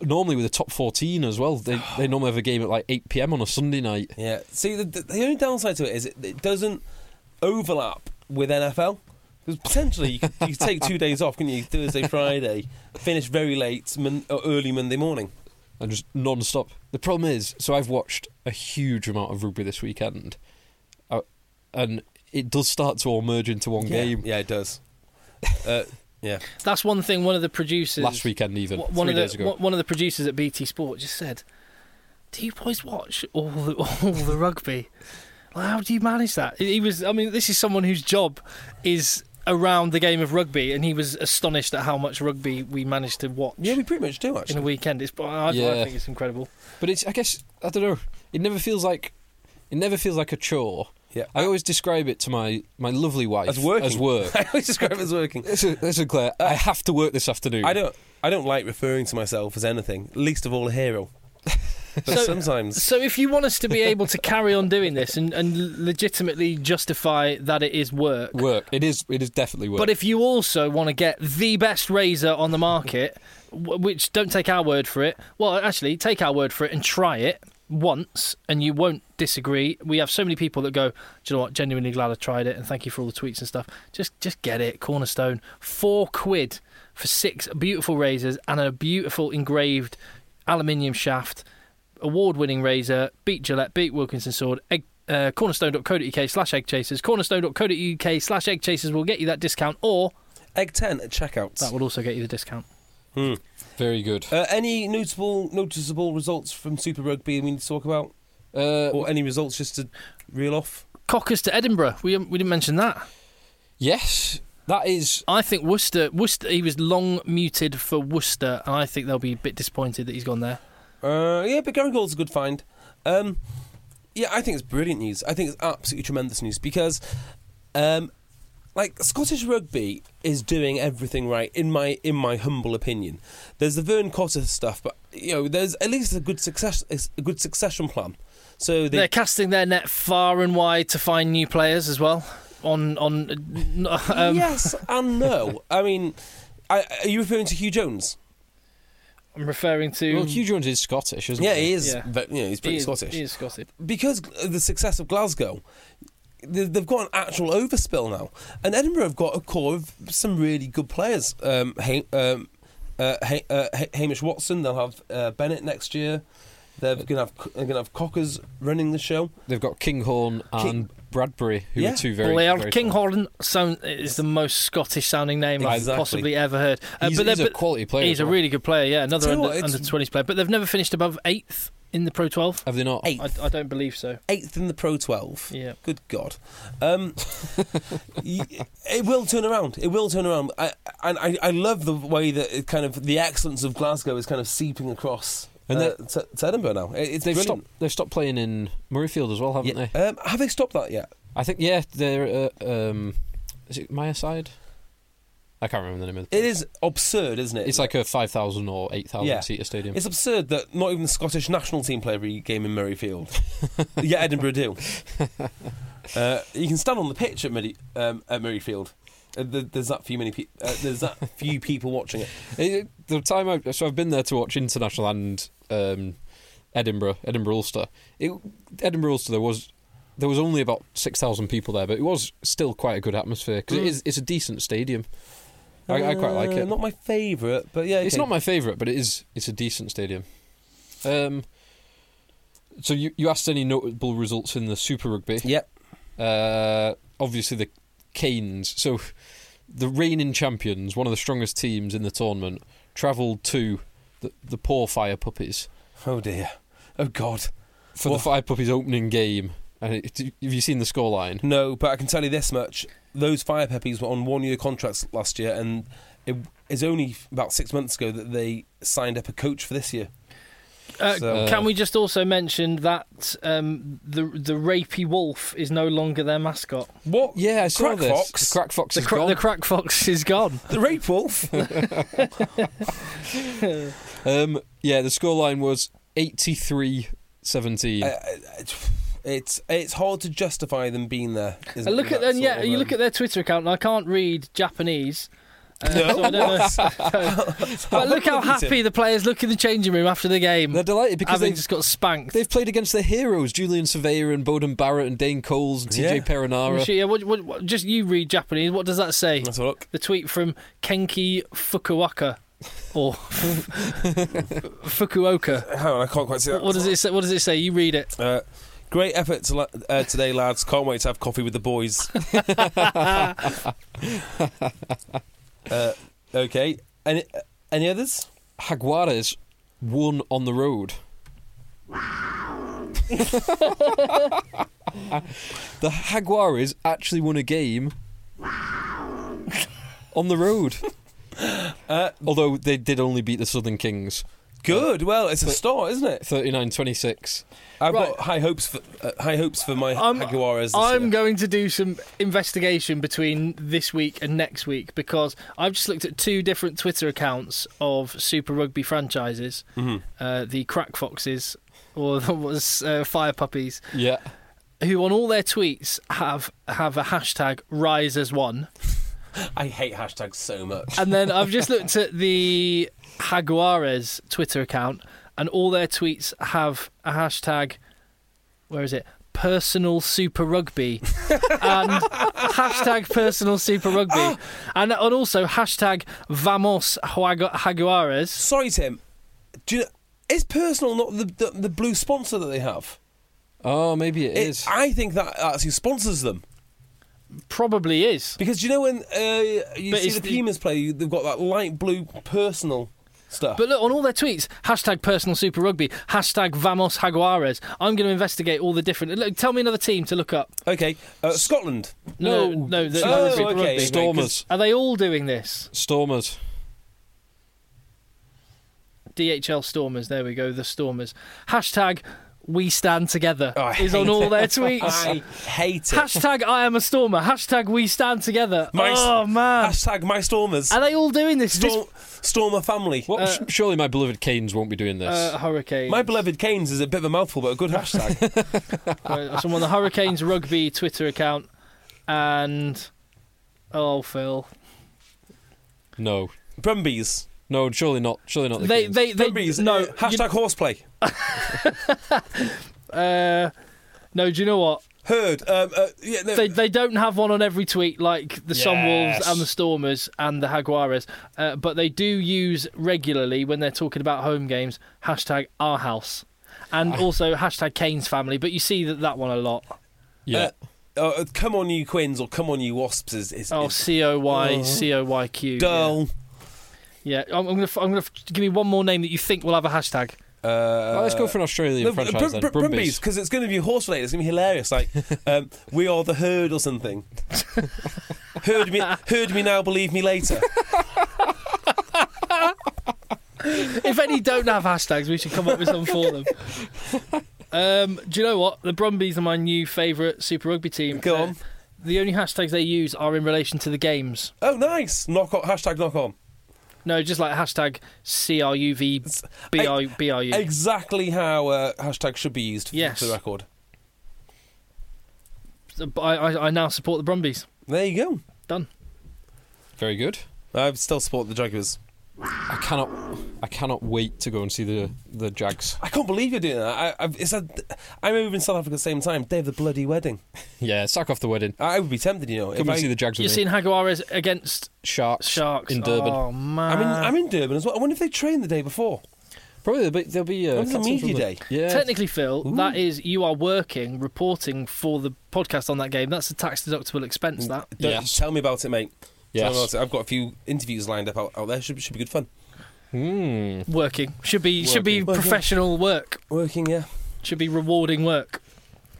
Speaker 3: normally with the top fourteen as well, they they normally have a game at like eight pm on a Sunday night.
Speaker 2: Yeah. See, the, the the only downside to it is it, it doesn't overlap with NFL. Because potentially you could, you could take two days off, can you? Thursday, Friday, finish very late, mon- or early Monday morning.
Speaker 3: and just non-stop. The problem is, so I've watched a huge amount of rugby this weekend, uh, and it does start to all merge into one
Speaker 2: Yeah,
Speaker 3: game.
Speaker 2: yeah, it does. Uh, yeah,
Speaker 1: That's one thing. One of the producers
Speaker 3: Last weekend, even
Speaker 1: Wh- one
Speaker 3: three
Speaker 1: of the
Speaker 3: days ago.
Speaker 1: wh- one of the producers at BT Sport just said, "Do you boys watch all the all the rugby? Like, how do you manage that?" He he was. I mean, this is someone whose job is around the game of rugby, and he was astonished at how much rugby we managed to watch
Speaker 2: yeah, we pretty much do
Speaker 1: in
Speaker 2: actually.
Speaker 1: a weekend. It's. I, I
Speaker 3: Yeah.
Speaker 1: think it's incredible.
Speaker 3: But it's, I guess, I don't know. It never feels like, it never feels like a chore.
Speaker 2: Yeah.
Speaker 3: I always describe it to my my lovely wife
Speaker 2: As working.
Speaker 3: As work.
Speaker 2: I always describe it as working.
Speaker 3: listen, listen, Claire, I have to work this afternoon.
Speaker 2: I don't. I don't like referring to myself as anything, least of all a hero. But
Speaker 1: So-
Speaker 2: sometimes,
Speaker 1: So, if you want us to be able to carry on doing this and, and legitimately justify that it is work,
Speaker 3: work. It is. It is definitely work.
Speaker 1: But if you also want to get the best razor on the market, w- which don't take our word for it, well, actually, take our word for it and try it once, and you won't disagree. We have so many people that go, "Do you know what? Genuinely glad I tried it, and thank you for all the tweets and stuff." Just, just get it. Cornerstone, four quid for six beautiful razors and a beautiful engraved aluminium shaft award-winning razor, beat Gillette, beat Wilkinson Sword, egg, uh, cornerstone.co.uk slash egg chasers, cornerstone.co.uk slash egg chasers will get you that discount, or
Speaker 2: egg ten at checkouts.
Speaker 1: that will also get you the discount.
Speaker 3: Very good.
Speaker 2: Uh, any notable noticeable results from Super Rugby we need to talk about,
Speaker 3: Uh,
Speaker 2: or any results just to reel off?
Speaker 1: Cockers to Edinburgh, we, um, we didn't mention that.
Speaker 3: yes, that is.
Speaker 1: I think Worcester, Worcester, he was long muted for Worcester, and I think they'll be a bit disappointed that he's gone there.
Speaker 2: Uh, yeah, but Gary Gould's a good find. Um, yeah, I think it's brilliant news. I think it's absolutely tremendous news because, um, like Scottish rugby is doing everything right in my in my humble opinion. There's the Vern Cotter stuff, but you know, there's at least a good success a good succession plan. So
Speaker 1: They,
Speaker 2: they
Speaker 1: are casting their net far and wide to find new players as well. On on, um,
Speaker 2: yes and no. I mean, I, are you referring to Hugh Jones?
Speaker 1: I'm referring to
Speaker 3: Well, Hugh Jones is Scottish, isn't
Speaker 2: Mm. Yeah,
Speaker 3: he?
Speaker 2: he is.
Speaker 1: Yeah.
Speaker 2: ve- you know, he's pretty
Speaker 1: He is-
Speaker 2: Scottish.
Speaker 1: He is Scottish.
Speaker 2: because of the success of Glasgow, th- they've got an actual overspill now, and Edinburgh have got a core of some really good players. Um, ha- um, uh, ha- uh, Ha- Hamish Watson, they'll have uh, Bennett next year. They're going to have Co- they're going to have Cockers running the show.
Speaker 3: They've got Kinghorn and
Speaker 2: King-
Speaker 3: Bradbury, who
Speaker 2: Yeah.
Speaker 3: are two very.
Speaker 1: Blair
Speaker 3: very
Speaker 1: Kinghorn sound is the most Scottish sounding name I've
Speaker 2: Exactly.
Speaker 1: possibly ever heard. Uh,
Speaker 3: He's-
Speaker 1: they're-
Speaker 3: he's a quality player
Speaker 1: He's
Speaker 3: as
Speaker 1: a
Speaker 3: well.
Speaker 1: really good player. Yeah, another
Speaker 2: Tell you
Speaker 1: under,
Speaker 2: what, it's-
Speaker 1: under 20s player. But they've never finished above eighth in the Pro 12.
Speaker 3: Have they not?
Speaker 2: Eight.
Speaker 1: I, I don't believe so.
Speaker 2: Eighth in the Pro 12.
Speaker 1: Yeah.
Speaker 2: Good God. Um, y- it will turn around. It will turn around. I, and I, I love the way that it kind of the excellence of Glasgow is kind of seeping across
Speaker 3: And
Speaker 2: uh,
Speaker 3: they're-
Speaker 2: to, to Edinburgh now. It- it's
Speaker 3: They've
Speaker 2: brilliant.
Speaker 3: stopped. They've stopped playing in Murrayfield as well, haven't
Speaker 2: Yeah.
Speaker 3: they?
Speaker 2: Um, have they stopped that yet?
Speaker 3: I think yeah. They're uh, um, is it Maya side? I can't remember the name of the
Speaker 2: It is absurd, isn't it?
Speaker 3: It's like a 5,000 or 8,000
Speaker 2: Yeah.
Speaker 3: seater stadium.
Speaker 2: It's absurd that not even the Scottish national team play every game in Murrayfield. yeah, Edinburgh do. Uh, you can stand on the pitch at, Murray, um, at Murrayfield. Uh, there- there's that few many. Pe- uh, there's that few people watching it.
Speaker 3: It- the time I so I've been there to watch international and um, Edinburgh, Edinburgh Ulster. It, Edinburgh Ulster there was there was only about six thousand people there, but it was still quite a good atmosphere because it is it's a decent stadium. I, I quite like
Speaker 2: Mm. Uh,
Speaker 3: it.
Speaker 2: Not my favourite, but yeah,
Speaker 3: It's
Speaker 2: okay.
Speaker 3: not my favourite, but it is it's a decent stadium. Um, so you you asked any notable results in the Super Rugby?
Speaker 2: Yep.
Speaker 3: Uh, obviously the Canes. So the reigning champions, one of the strongest teams in the tournament, travelled to the, the poor Fire Puppies
Speaker 2: Oh dear. Oh god.
Speaker 3: for
Speaker 2: Well-
Speaker 3: the Fire Puppies opening game. And it, have you seen the scoreline?
Speaker 2: No, but I can tell you this much: those Fire Peppies were on one-year contracts last year, and it is only about six months ago that they signed up a coach for this year.
Speaker 1: Uh,
Speaker 2: So-
Speaker 1: can we just also mention that um, the the rapey wolf is no longer their mascot?
Speaker 2: What?
Speaker 3: Yeah, I saw
Speaker 2: Crack
Speaker 3: this.
Speaker 2: Fox?
Speaker 3: The Crack Fox
Speaker 1: The,
Speaker 3: is
Speaker 1: cra-
Speaker 3: gone.
Speaker 1: the crack fox is gone.
Speaker 2: The Rape Wolf.
Speaker 3: um, yeah, the scoreline was 83 17.
Speaker 2: Uh, it's it's hard to justify them being there.
Speaker 1: I look at them, yeah. You look at their Twitter account, and I can't read Japanese. Uh,
Speaker 2: um, No,
Speaker 1: so I don't know. but look how
Speaker 2: Look at
Speaker 1: happy the players look in the changing room after the game.
Speaker 3: They're delighted because
Speaker 1: having
Speaker 3: they-
Speaker 1: just got spanked.
Speaker 3: They've played against their heroes, Julian Surveyor and Bowden Barrett and Dane Coles and TJ
Speaker 2: Yeah.
Speaker 3: Perinara.
Speaker 1: Actually, yeah, what- what- what- just you read Japanese. What does that say?
Speaker 2: Let's have a look.
Speaker 1: The tweet from Kenki Fukuoka, or Fukuoka.
Speaker 2: Hang on, I can't quite see that.
Speaker 1: What does it say? What does it say? You read it.
Speaker 2: Uh, great effort to, la- uh, today, lads. Can't wait to have coffee with the boys. uh, okay. Any any others?
Speaker 3: Jaguares won on the road. the Jaguares actually won a game on the road. Uh, Although they did only beat the Southern Kings
Speaker 2: Good. Well, it's a start, isn't it?
Speaker 3: 39 26.
Speaker 2: I've
Speaker 1: Right.
Speaker 2: got high hopes for uh, high hopes for my
Speaker 1: I'm-
Speaker 2: Jaguares. This
Speaker 1: I'm
Speaker 2: year.
Speaker 1: going to do some investigation between this week and next week because I've just looked at two different Twitter accounts of Super Rugby franchises, uh, the Crack Foxes or that was uh, Fire Puppies,
Speaker 3: Yeah.
Speaker 1: who on all their tweets have have a hashtag Rise as One,
Speaker 2: I hate hashtags so much.
Speaker 1: and then I've just looked at the Jaguares Twitter account, and all their tweets have a hashtag. Where is it? Personal Super Rugby and hashtag Personal Super Rugby, and and also hashtag Vamos Juagu- Jaguares.
Speaker 2: Sorry, Tim. Do you, is personal not the, the the blue sponsor that they have?
Speaker 3: Oh, maybe it is.
Speaker 2: I think that actually sponsors them.
Speaker 1: Probably is.
Speaker 2: Because do you know when uh, you
Speaker 1: But
Speaker 2: see
Speaker 1: it's
Speaker 2: the
Speaker 1: the-
Speaker 2: Pumas play, you- they've got that light blue personal stuff.
Speaker 1: But look, on all their tweets, hashtag personal super rugby, hashtag Vamos Jaguares. I'm going to investigate all the different. Look, tell me another team to look up.
Speaker 2: okay, uh, Scotland.
Speaker 1: No,
Speaker 3: No.
Speaker 1: no, the,
Speaker 2: Oh,
Speaker 1: super
Speaker 2: okay.
Speaker 1: rugby.
Speaker 3: Stormers.
Speaker 1: Are they all doing this?
Speaker 3: Stormers.
Speaker 1: DHL Stormers. There we go. The Stormers. Hashtag We Stand Together
Speaker 2: Oh, I
Speaker 1: is on
Speaker 2: hate
Speaker 1: all
Speaker 2: it.
Speaker 1: their tweets.
Speaker 2: I hate it.
Speaker 1: Hashtag I am a stormer. Hashtag we stand together.
Speaker 2: My-
Speaker 1: oh man,
Speaker 2: Hashtag my Stormers.
Speaker 1: are they all doing this?
Speaker 2: Storm, Stormer family.
Speaker 3: What? sh- Surely my beloved Canes won't be doing this.
Speaker 1: This uh, hurricane.
Speaker 2: My beloved Canes is a bit of a mouthful, but a good hashtag.
Speaker 1: Uh, someone the Hurricanes rugby Twitter account, and oh Phil,
Speaker 3: no.
Speaker 2: Brumbies.
Speaker 3: No, surely not. Surely not the
Speaker 1: they
Speaker 3: Canes.
Speaker 1: they they,
Speaker 2: Brumbies.
Speaker 1: no
Speaker 2: uh, Hashtag horseplay.
Speaker 1: you- uh, no. Do you know what?
Speaker 2: Heard. Um, uh, yeah, no,
Speaker 1: They they don't have one on every tweet like the Sunwolves
Speaker 3: Yes.
Speaker 1: and the Stormers and the Jaguares, uh, but they do use regularly when they're talking about home games hashtag our house, and also hashtag Kane's family. But you see that that one a lot.
Speaker 3: yeah.
Speaker 2: uh, uh, come on, you Quins, or come on, you Wasps is, is,
Speaker 1: Oh,
Speaker 2: is
Speaker 1: C O Y C O Y Q.
Speaker 2: dull.
Speaker 1: Yeah, yeah. I'm, I'm gonna f- I'm gonna f- give me one more name that you think will have a hashtag.
Speaker 2: Uh,
Speaker 3: Well, let's go for an Australian
Speaker 2: No,
Speaker 3: franchise
Speaker 2: Br-
Speaker 3: then.
Speaker 2: Br-
Speaker 3: Brumbies.
Speaker 2: Brumbies, because it's going to be horse related. It's going to be hilarious. Like, um, we are the herd or something. heard me, heard me now, believe me later.
Speaker 1: if any don't have hashtags, we should come up with some for them. Um, do you know what? The Brumbies are my new favourite Super Rugby team.
Speaker 2: Go
Speaker 1: Uh,
Speaker 2: on.
Speaker 1: the only hashtags they use are in relation to the games.
Speaker 2: Oh, nice! Knock on hashtag knock on.
Speaker 1: No, just like hashtag CRUV BI- BRU.
Speaker 2: Exactly how uh, hashtag should be used. For
Speaker 1: Yes.
Speaker 2: the record.
Speaker 1: But I, I, I now support the Brumbies.
Speaker 2: There you go.
Speaker 1: Done.
Speaker 3: Very good.
Speaker 2: I still support the Jaguars.
Speaker 3: I cannot, I cannot wait to go and see the the Jags.
Speaker 2: I can't believe you're doing that. I, I've, it's a, I'm over in South Africa at the same time. Day of the bloody wedding.
Speaker 3: Yeah, sack off the wedding.
Speaker 2: I, I would be tempted, you know.
Speaker 3: Come
Speaker 2: if I,
Speaker 3: and see the Jags
Speaker 1: You've
Speaker 3: with me.
Speaker 1: seen Haguares against
Speaker 3: Sharks,
Speaker 1: Sharks
Speaker 3: in Durban.
Speaker 1: Oh man!
Speaker 2: I'm in, I'm in Durban as well. I wonder if they trained the day before.
Speaker 3: Probably there'll be, there'll be uh,
Speaker 2: When's the
Speaker 3: cats in
Speaker 2: media
Speaker 3: from
Speaker 2: day?
Speaker 3: Yeah,
Speaker 1: Technically, Phil, that is you are working reporting for the podcast on that game. That's a tax deductible expense. That
Speaker 2: Don't
Speaker 3: Yes.
Speaker 2: tell me about it, mate. Tell me
Speaker 3: Yes.
Speaker 2: about it. I've got a few interviews lined up out, out there. Should, should be good fun.
Speaker 1: working should be should be
Speaker 2: Working.
Speaker 1: professional work.
Speaker 2: Working, yeah.
Speaker 1: Should be rewarding work.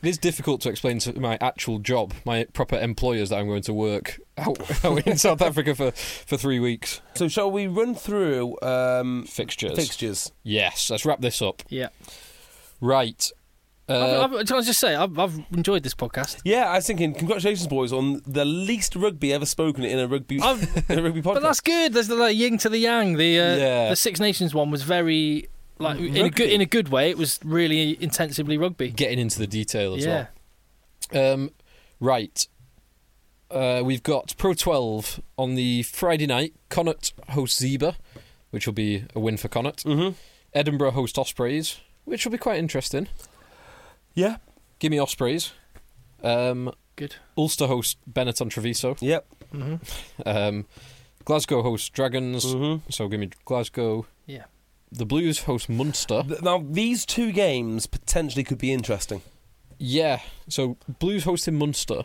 Speaker 3: it is difficult to explain to my actual job, my proper employers, that I'm going to work out, out in South Africa for for three weeks.
Speaker 2: So shall we run through um,
Speaker 3: Fixtures.
Speaker 2: fixtures?
Speaker 3: Yes, let's wrap this up.
Speaker 1: Yeah.
Speaker 3: Right. Uh,
Speaker 1: I've, I've, can I just say I've, I've enjoyed this podcast.
Speaker 2: Yeah, I was thinking, congratulations, boys, on the least rugby ever spoken in a rugby
Speaker 1: I've-
Speaker 2: in a rugby podcast.
Speaker 1: But that's good. There's the, the yin to the yang. The uh,
Speaker 3: Yeah.
Speaker 1: the Six Nations one was very like in a
Speaker 2: Rugby.
Speaker 1: good in a good way. It was really intensively rugby.
Speaker 3: getting into the detail as
Speaker 1: Yeah.
Speaker 3: well. Um, right. Uh, we've got Pro 12 on the Friday night. Connacht hosts Zebra, which will be a win for Connacht. Mm-hmm. Edinburgh host Ospreys, which will be quite interesting.
Speaker 2: yeah,
Speaker 3: Give me Ospreys. Um,
Speaker 1: Good.
Speaker 3: Ulster host Benetton Treviso.
Speaker 2: yep.
Speaker 3: Um, Glasgow hosts Dragons, so give me Glasgow.
Speaker 1: Yeah.
Speaker 3: The Blues host Munster.
Speaker 2: Th- Now these two games potentially could be interesting.
Speaker 3: Yeah, so Blues hosting Munster.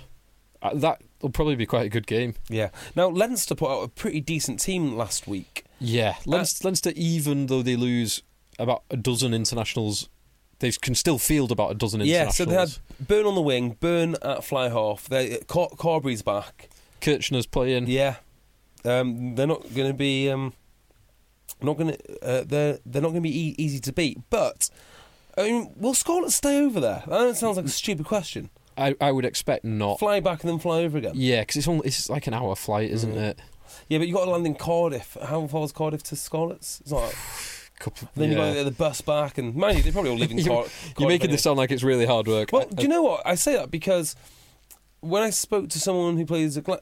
Speaker 3: Uh, that will probably be quite a good game.
Speaker 2: Yeah. Now Leinster put out a pretty decent team last week.
Speaker 3: Yeah,
Speaker 2: Uh,
Speaker 3: Leinster, Leinster, even though they lose about a dozen internationals, they can still field about a dozen
Speaker 2: Yeah,
Speaker 3: internationals.
Speaker 2: so they had Burn on the wing, Burn at fly half. They Car- Carberry's back.
Speaker 3: Kirchner's playing.
Speaker 2: Yeah, um, they're not going to be um, not going to uh, they're they're not going to be e- easy to beat. But I mean, will Scarlet stay over there? I know it sounds like a stupid question.
Speaker 3: I, I would expect not.
Speaker 2: Fly back and then fly over again.
Speaker 3: Yeah, because it's only it's like an hour flight, isn't
Speaker 2: Mm.
Speaker 3: it?
Speaker 2: Yeah, but you got to land in Cardiff. How far is Cardiff to Scarlet's? It's not.
Speaker 3: Couple,
Speaker 2: Then you got to
Speaker 3: yeah.
Speaker 2: get the bus back, and mind you, they probably all live in Car-
Speaker 3: you're,
Speaker 2: Cardiff.
Speaker 3: you're making
Speaker 2: anyway.
Speaker 3: this sound like it's really hard work.
Speaker 2: Well,
Speaker 3: I-
Speaker 2: do you know what? I say that because when I spoke to someone who plays at, Gla-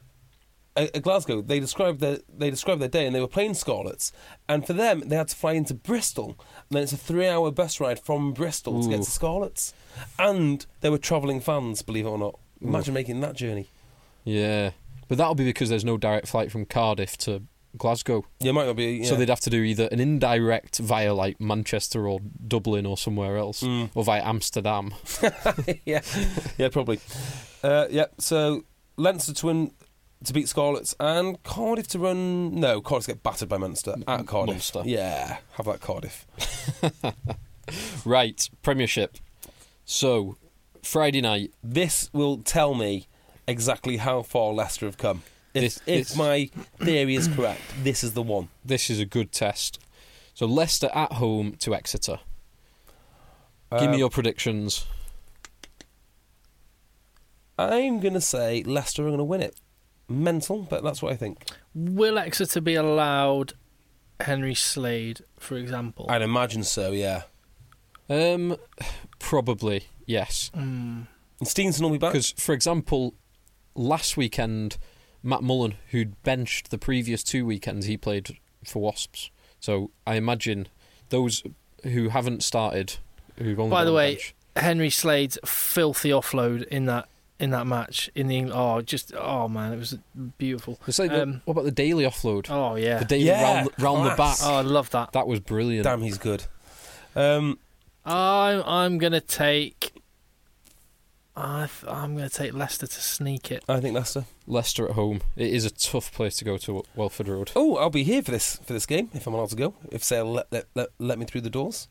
Speaker 2: uh, at at Glasgow, they described their they described their day and they were playing Scarlets, and for them they had to fly into Bristol, and then it's a three hour bus ride from Bristol to get
Speaker 3: Ooh.
Speaker 2: to Scarlets, and they were travelling fans, believe it or not. Imagine making that journey.
Speaker 3: Yeah, but that'll be because there's no direct flight from Cardiff to Glasgow,
Speaker 2: You might not be. Yeah.
Speaker 3: so they'd have to do either an indirect via like Manchester or Dublin or somewhere else,
Speaker 2: Mm.
Speaker 3: or via Amsterdam.
Speaker 2: yeah, yeah, probably. Uh, yeah, so Leinster to win to beat Scarlets and Cardiff to run. No, Cardiff get battered by Munster at Cardiff.
Speaker 3: Munster.
Speaker 2: Yeah, have that Cardiff.
Speaker 3: Right, Premiership. So, Friday night.
Speaker 2: This will tell me exactly how far Leicester have come. If,
Speaker 3: This-
Speaker 2: if
Speaker 3: this-
Speaker 2: my theory is correct, this is the one.
Speaker 3: This is a good test. So Leicester at home to Exeter. Give
Speaker 2: Um, Uh,
Speaker 3: me your predictions.
Speaker 2: I'm going to say Leicester are going to win it. Mental, but that's what I think.
Speaker 1: Will Exeter be allowed Henry Slade, for example?
Speaker 2: I'd imagine so, yeah.
Speaker 3: Um, probably yes,
Speaker 2: Uh-huh. And Steenson will be back.
Speaker 3: because for example, last weekend Matt Mullen, who'd benched the previous two weekends, he played for Wasps. So I imagine those who haven't started, who've only
Speaker 1: By
Speaker 3: been
Speaker 1: the
Speaker 3: on
Speaker 1: way,
Speaker 3: bench-
Speaker 1: Henry Slade's filthy offload in that in that match in the Eng- oh just oh man, it was beautiful.
Speaker 3: It's like,
Speaker 1: Um,
Speaker 3: what about the daily offload?
Speaker 1: oh yeah.
Speaker 3: the daily
Speaker 2: Yeah,
Speaker 3: round, round the back.
Speaker 2: class.
Speaker 1: oh, I love that.
Speaker 3: That was brilliant.
Speaker 2: Damn, he's good. Um,
Speaker 1: I'm I'm gonna take. I th- I'm gonna take Leicester to sneak it.
Speaker 2: I think Leicester.
Speaker 3: Leicester at home. It is a tough place to go to Welford Road.
Speaker 2: Oh, I'll be here for this for this game if I'm allowed to go. If Sale let let, let, let me through the doors.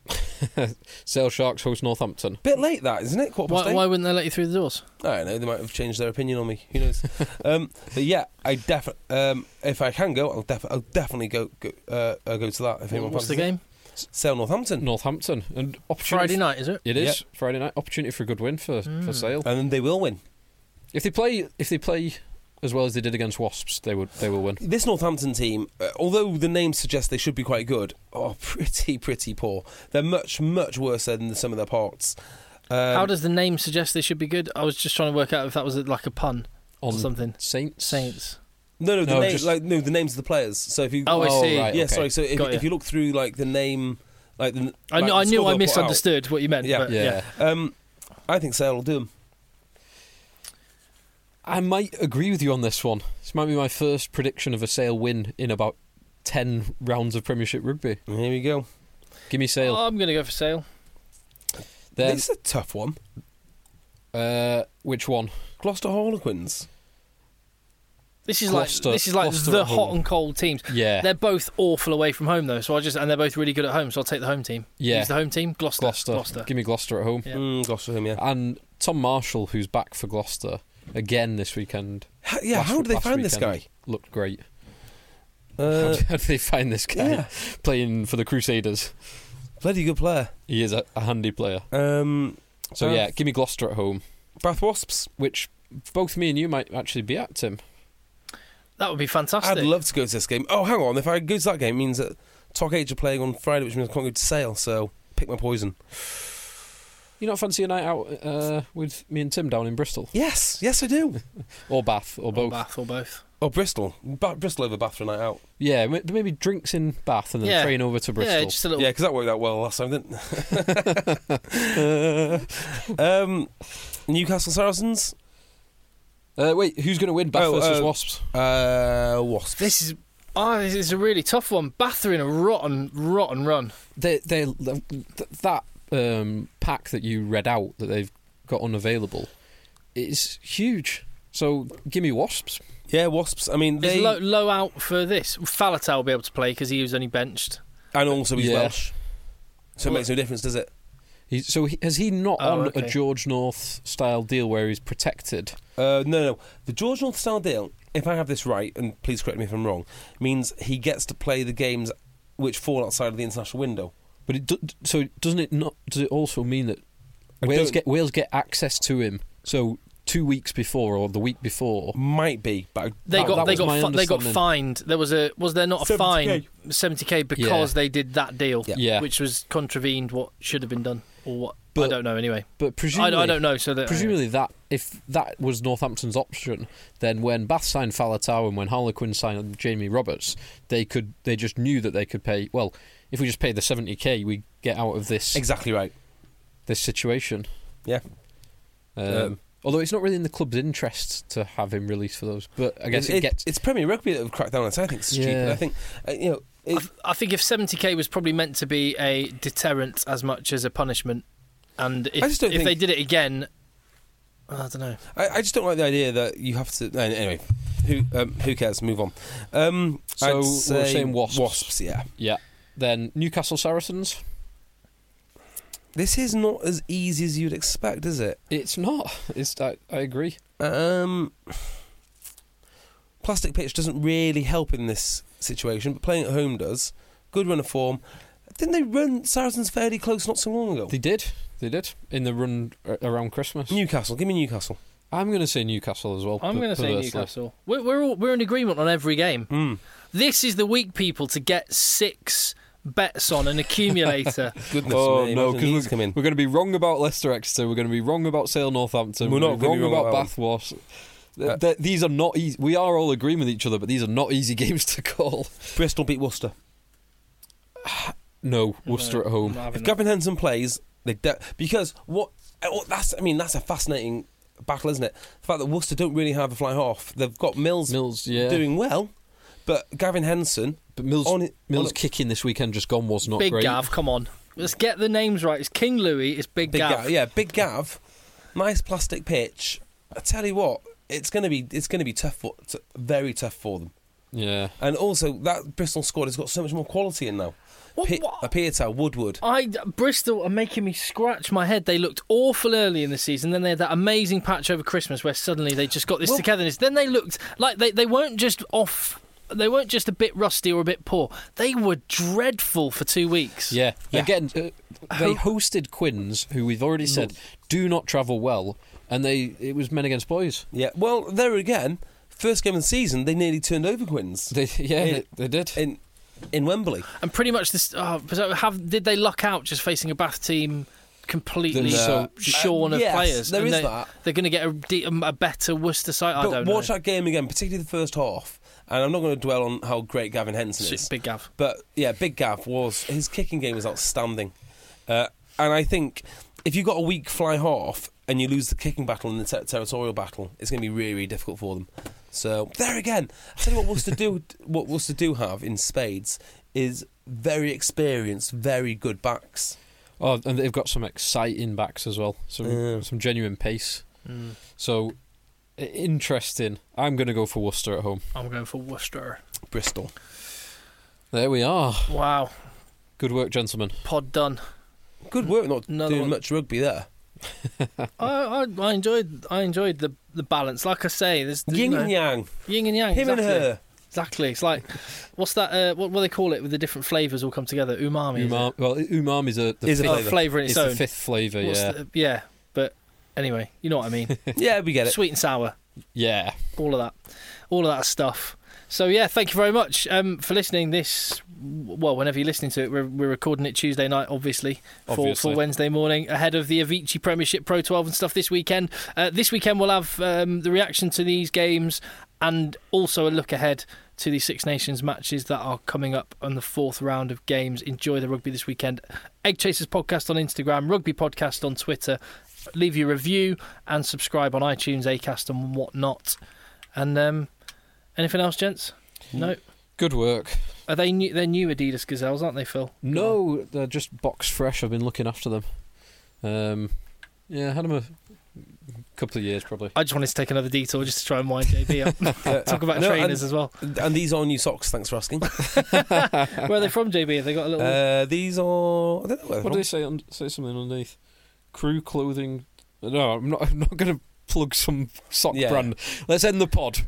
Speaker 3: Sale Sharks host Northampton.
Speaker 2: Bit late that, isn't it? Quarter past
Speaker 1: Why,
Speaker 2: eight.
Speaker 1: why wouldn't they let you through the doors?
Speaker 2: I don't know. They might have changed their opinion on me. Who knows? um, but yeah, I def um, if I can go, I'll def I'll definitely go go, uh, uh, go to that. If anyone
Speaker 1: What's the
Speaker 2: fancies
Speaker 1: game?
Speaker 2: it. Sale Northampton,
Speaker 3: Northampton and opportunity.
Speaker 1: Friday night, is it?
Speaker 3: It is Friday night. Opportunity for a good win for for Sale.
Speaker 2: and they will win.
Speaker 3: If they play, if they play as well as they did against Wasps, they would they will win.
Speaker 2: This Northampton team, uh, although the name suggests they should be quite good, are pretty, pretty poor. They're much, much worse than the sum of their parts. Um,
Speaker 1: How does the name suggest they should be good? I was just trying to work out if that was like a pun or
Speaker 3: On
Speaker 1: something.
Speaker 3: Saints,
Speaker 1: Saints.
Speaker 2: no, no, the
Speaker 3: No,
Speaker 2: name,
Speaker 3: just-
Speaker 2: like no, the names of the players. So if you,
Speaker 1: Oh, I
Speaker 3: Oh,
Speaker 1: see.
Speaker 3: right.
Speaker 2: yeah,
Speaker 3: okay.
Speaker 2: sorry. So if,
Speaker 1: Got ya.
Speaker 2: if you look through like the name, like the,
Speaker 1: I,
Speaker 2: like
Speaker 1: kn-
Speaker 2: the score
Speaker 1: I knew I
Speaker 2: they'll put out,
Speaker 1: misunderstood what you meant.
Speaker 2: Yeah.
Speaker 1: but
Speaker 3: Yeah.
Speaker 1: yeah.
Speaker 2: Um, I think Sale will do them.
Speaker 3: I might agree with you on this one. This might be my first prediction of a Sale win in about ten rounds of Premiership rugby.
Speaker 2: Here we go.
Speaker 3: Give me Sale.
Speaker 1: I'm going to go for Sale.
Speaker 3: then,
Speaker 2: this is a tough one.
Speaker 3: uh, which one?
Speaker 2: Gloucester Harlequins.
Speaker 1: This is
Speaker 3: Gloucester-
Speaker 1: like this is like
Speaker 3: Gloucester
Speaker 1: the
Speaker 3: at
Speaker 1: hot
Speaker 3: home.
Speaker 1: and cold teams.
Speaker 3: Yeah.
Speaker 1: They're both awful away from home though, so I just and they're both really good at home, so I'll take the home team.
Speaker 3: Yeah.
Speaker 1: Use the home team, Gloucester.
Speaker 3: Gloucester. Give me Gloucester at home.
Speaker 1: Yeah.
Speaker 2: Mm, Gloucester, him, yeah.
Speaker 3: And Tom Marshall, who's back for Gloucester again this weekend.
Speaker 2: How- yeah,
Speaker 3: Last-
Speaker 2: how did they
Speaker 3: last
Speaker 2: find this
Speaker 3: weekend,
Speaker 2: guy?
Speaker 3: Looked great. how,
Speaker 2: Uh,
Speaker 3: did, how did they find this guy
Speaker 2: yeah.
Speaker 3: playing for the Crusaders?
Speaker 2: bloody good player.
Speaker 3: He is a, a handy player.
Speaker 2: Um,
Speaker 3: So
Speaker 2: Bath-
Speaker 3: yeah, give me Gloucester at home,
Speaker 2: Bath Wasps.
Speaker 3: which both me and you might actually be at Tim.
Speaker 1: That would be fantastic.
Speaker 2: I'd love to go to this game. Oh, hang on. If I go to that game, it means that Talk Age are playing on Friday, which means I can't go to Sale. So pick my poison.
Speaker 3: You not fancy a night out uh, with me and Tim down in Bristol
Speaker 2: Yes, yes, I do.
Speaker 3: or Bath or
Speaker 1: or
Speaker 3: both?
Speaker 1: Bath or both.
Speaker 2: oh, Bristol. Ba- Bristol over Bath for a night out.
Speaker 3: Yeah, ma- maybe drinks in Bath and then
Speaker 1: Yeah.
Speaker 3: train over to Bristol.
Speaker 1: Yeah, just a little
Speaker 2: Yeah, because that worked out well last time, didn't it? um, Newcastle Saracens.
Speaker 3: Uh, wait, who's going to win? Bath
Speaker 2: Oh,
Speaker 3: versus
Speaker 2: uh,
Speaker 3: Wasps.
Speaker 2: Uh, Wasps.
Speaker 1: This is oh, this is a really tough one. Bath are in a rotten, rotten run.
Speaker 3: They, they, th- that um, pack that you read out that they've got unavailable is huge. So give me Wasps.
Speaker 2: yeah, Wasps. I mean,
Speaker 1: Is
Speaker 2: they
Speaker 1: low, low out for this. Falata will be able to play because he was only benched.
Speaker 2: and also he's
Speaker 3: Yeah.
Speaker 2: Welsh, so it makes no difference, does it?
Speaker 3: He, so he, has he not
Speaker 1: Oh,
Speaker 3: on a
Speaker 1: okay.
Speaker 3: George North style deal where he's protected?
Speaker 2: Uh, no, no. The George North style deal, if I have this right, and please correct me if I'm wrong, means he gets to play the games which fall outside of the international window.
Speaker 3: But it do, so doesn't it not? Does it also mean that
Speaker 2: I
Speaker 3: Wales
Speaker 2: don't-
Speaker 3: get Wales get access to him? So two weeks before or the week before,
Speaker 2: Might be, but I-
Speaker 1: They
Speaker 3: That-
Speaker 1: got
Speaker 3: that
Speaker 1: they
Speaker 3: was
Speaker 1: got
Speaker 3: my
Speaker 1: fi- they got
Speaker 3: understanding.
Speaker 1: fined. There was a was there not a
Speaker 2: 70K?
Speaker 1: fine seventy k because they did that deal,
Speaker 2: Yeah.
Speaker 3: Yeah.
Speaker 1: which was contravened what should have been done or what I
Speaker 3: But-
Speaker 1: don't know anyway.
Speaker 3: but
Speaker 1: I,
Speaker 3: presumably
Speaker 1: I don't know. So that,
Speaker 3: Presumably that if that was Northampton's option, then when Bath signed Falatau and when Harlequin signed Jamie Roberts, they could they just knew that they could pay. Well, if we just pay the seventy k, we get out of this
Speaker 2: exactly right.
Speaker 3: this situation.
Speaker 2: Yeah.
Speaker 3: Um,
Speaker 2: Um,
Speaker 3: although it's not really in the club's interest to have him released for those, but I guess it,
Speaker 2: It-
Speaker 3: gets.
Speaker 2: It's Premier Rugby that have cracked down on it. I think it's stupid.
Speaker 3: Yeah.
Speaker 2: I think, uh, you know,
Speaker 1: I,
Speaker 2: it,
Speaker 1: th- I think if seventy k was probably meant to be a deterrent as much as a punishment, and if,
Speaker 2: I just don't
Speaker 1: if
Speaker 2: think-
Speaker 1: they did it again, I don't know.
Speaker 2: I, I just don't like the idea that you have to. an- Anyway, who um, who cares? Move on. Um,
Speaker 3: So
Speaker 2: I'd
Speaker 3: we're
Speaker 2: say
Speaker 3: saying wasps.
Speaker 2: Wasps, yeah.
Speaker 3: yeah. Then Newcastle Saracens.
Speaker 2: This is not as easy as you'd expect, is it?
Speaker 3: It's not. It's I, I agree.
Speaker 2: Um, plastic pitch doesn't really help in this situation, but playing at home does. Good run of form. Didn't they run Saracens fairly close not so long ago?
Speaker 3: They did. They did in the run a- around Christmas.
Speaker 2: Newcastle, give me Newcastle.
Speaker 3: I'm going to say Newcastle as well.
Speaker 1: I'm
Speaker 3: per-
Speaker 1: going to say
Speaker 3: perversely.
Speaker 1: Newcastle. We're we're, all, we're in agreement on every game.
Speaker 2: Mm.
Speaker 1: This is the week, people, to get six bets on an accumulator.
Speaker 2: Goodness
Speaker 3: Oh
Speaker 2: me,
Speaker 3: no,
Speaker 2: imagine these
Speaker 3: because
Speaker 2: come
Speaker 3: we're,
Speaker 2: in.
Speaker 3: going to be wrong about Leicester Exeter. We're going to be wrong about Sale Northampton.
Speaker 2: We're
Speaker 3: We're,
Speaker 2: not
Speaker 3: not
Speaker 2: gonna
Speaker 3: wrong
Speaker 2: be wrong
Speaker 3: about
Speaker 2: about Uh,
Speaker 3: Bath Wasps. Th- th- these are not easy. We are all agreeing with each other, but these are not easy games to call.
Speaker 2: Bristol beat Worcester.
Speaker 3: No, Worcester at home.
Speaker 1: I'm having
Speaker 2: If
Speaker 1: that.
Speaker 2: Gavin Henson plays, they de- because what uh, well, that's I mean that's a fascinating battle, isn't it? The fact that Worcester don't really have a fly half. They've got Mills,
Speaker 3: Mills, yeah.
Speaker 2: doing well, but Gavin Henson
Speaker 3: but Mills,
Speaker 2: on it-
Speaker 3: Mills
Speaker 2: on-
Speaker 3: kicking this weekend just gone was not
Speaker 1: Big
Speaker 3: great.
Speaker 1: Gav, come on. Let's get the names right. It's King Louis, it's Big,
Speaker 2: Big
Speaker 1: Gav.
Speaker 2: Gav. yeah, Big Gav, nice plastic pitch. I tell you what, it's gonna be it's gonna be tough for t- very tough for them.
Speaker 3: Yeah.
Speaker 2: And also that Bristol squad has got so much more quality in now.
Speaker 1: What-
Speaker 2: Pi-
Speaker 1: what-
Speaker 2: uh, Pieter, Woodward.
Speaker 1: I Bristol are making me scratch my head. They looked awful early in the season. Then they had that amazing patch over Christmas where suddenly they just got this
Speaker 2: Well-
Speaker 1: togetherness. Then they looked like they, they weren't just off. They weren't just a bit rusty or a bit poor. They were dreadful for two weeks.
Speaker 3: Yeah.
Speaker 2: Yeah.
Speaker 3: Again, uh, they hosted Quins, who we've already said do not travel well, and they it was men against boys.
Speaker 2: Yeah. Well, there again, first game of the season, they nearly turned over Quins.
Speaker 3: They, yeah,
Speaker 2: In-
Speaker 3: they, they did.
Speaker 2: in in Wembley.
Speaker 1: And pretty much this. Oh, so have did they luck out just facing a Bath team completely
Speaker 3: There's, uh,
Speaker 1: shorn
Speaker 2: uh,
Speaker 1: of
Speaker 2: yes,
Speaker 1: players?
Speaker 2: there
Speaker 1: and
Speaker 2: is
Speaker 1: they,
Speaker 2: that.
Speaker 1: They're going to get a, de- a better Worcester side. I
Speaker 2: But
Speaker 1: don't
Speaker 2: watch
Speaker 1: know.
Speaker 2: that game again, particularly the first half. And I'm not going to dwell on how great Gavin Henson
Speaker 1: Shit,
Speaker 2: is.
Speaker 1: Big Gav.
Speaker 2: But yeah, Big Gav was his kicking game was outstanding, uh, and I think if you've got a weak fly half and you lose the kicking battle and the ter- territorial battle, it's going to be really, really difficult for them. So there again, I tell you what, Worcester do what Worcester do have in spades is very experienced, very good backs.
Speaker 3: Oh, and they've got some exciting backs as well. Some
Speaker 2: Yeah.
Speaker 3: some genuine pace. So i- interesting. I'm going to go for Worcester at home.
Speaker 1: I'm going for Worcester.
Speaker 2: Bristol.
Speaker 3: There we are.
Speaker 1: Wow,
Speaker 3: Good work, gentlemen.
Speaker 1: pod done.
Speaker 2: Good work, not
Speaker 1: Another
Speaker 2: doing
Speaker 1: one.
Speaker 2: much rugby there.
Speaker 1: I, I, I enjoyed I enjoyed the the balance. Like I say, there's you
Speaker 2: Yin
Speaker 1: know,
Speaker 2: and Yang,
Speaker 1: yin and yang.
Speaker 2: him
Speaker 1: exactly.
Speaker 2: and her.
Speaker 1: Exactly. It's like what's that? Uh, what what do they call it with the different flavors all come together? Umami.
Speaker 3: Umami, well, umami's a the
Speaker 2: Is a
Speaker 1: It's a
Speaker 3: fifth,
Speaker 2: flavour.
Speaker 1: flavor in
Speaker 3: it's
Speaker 1: Oh, its,
Speaker 3: the
Speaker 1: own.
Speaker 3: fifth flavour.
Speaker 1: What's
Speaker 3: Yeah,
Speaker 1: the- yeah. But anyway, you know what I mean.
Speaker 2: Yeah, we get it.
Speaker 1: Sweet and sour.
Speaker 3: yeah.
Speaker 1: all of that, all of that stuff. So yeah, thank you very much um, for listening. This well, whenever you're listening to it, we're, we're recording it Tuesday night, obviously for,
Speaker 3: Obviously.
Speaker 1: for Wednesday morning ahead of the Avicii Premiership Pro 12 and stuff this weekend. Uh, this weekend we'll have um, the reaction to these games and also a look ahead to the Six Nations matches that are coming up on the fourth round of games. Enjoy the rugby this weekend. Egg Chasers podcast on Instagram, Rugby podcast on Twitter. Leave your review and subscribe on iTunes, Acast, and whatnot. And um, anything else, gents? No.
Speaker 3: Good work.
Speaker 1: Are they new? They're new Adidas Gazelles, aren't they, Phil?
Speaker 3: No, they're just box fresh. I've been looking after them. Um, yeah, had them a couple of years probably.
Speaker 1: I just wanted to take another detour just to try and wind JB up. Talk about
Speaker 2: Uh, No,
Speaker 1: trainers as well.
Speaker 2: And these are new socks. Thanks for asking.
Speaker 1: Where are they from, JB? Have they got a little?
Speaker 2: Uh, these are. I don't know where they're
Speaker 3: What
Speaker 2: from.
Speaker 3: do they say? Un- say something underneath. Crew clothing. No, I'm not. I'm not going to plug some sock
Speaker 2: Yeah.
Speaker 3: brand. Let's end the pod.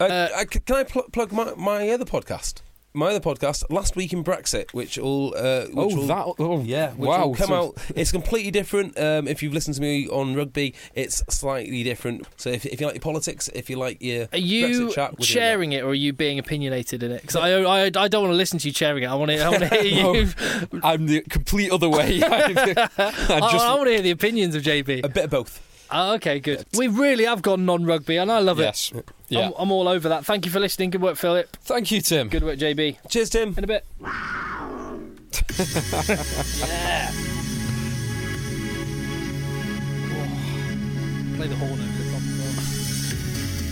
Speaker 2: Uh,
Speaker 1: Uh,
Speaker 2: I- c- can I pl- plug my, my other podcast? My other podcast, last week in Brexit, which all uh, which
Speaker 3: oh,
Speaker 2: will,
Speaker 3: that. Oh,
Speaker 2: yeah, which
Speaker 3: wow.
Speaker 2: will come
Speaker 3: so-
Speaker 2: out. It's completely different. Um, if you've listened to me on rugby, it's slightly different. So if, if you like your politics, if you like your
Speaker 1: are you
Speaker 2: Brexit chat, we're doing
Speaker 1: sharing it, or are you being opinionated in it? Because I, I, I don't want to listen to you sharing it. I want to, I want to hear you.
Speaker 3: Oh, I'm the complete other way. I'm the-
Speaker 1: I,
Speaker 3: I just-
Speaker 1: I want to hear the opinions of
Speaker 2: that. a
Speaker 1: JB.
Speaker 2: bit of both.
Speaker 1: Oh, okay, good. We really have gone non-rugby, and I love it.
Speaker 3: yes. Yeah.
Speaker 1: I'm, I'm all over that. Thank you for listening. Good work, Philip.
Speaker 3: Um, Thank you, Tim.
Speaker 1: Good work, JB.
Speaker 2: Cheers, Tim.
Speaker 1: In a bit. yeah. Play the horn over the top. as well.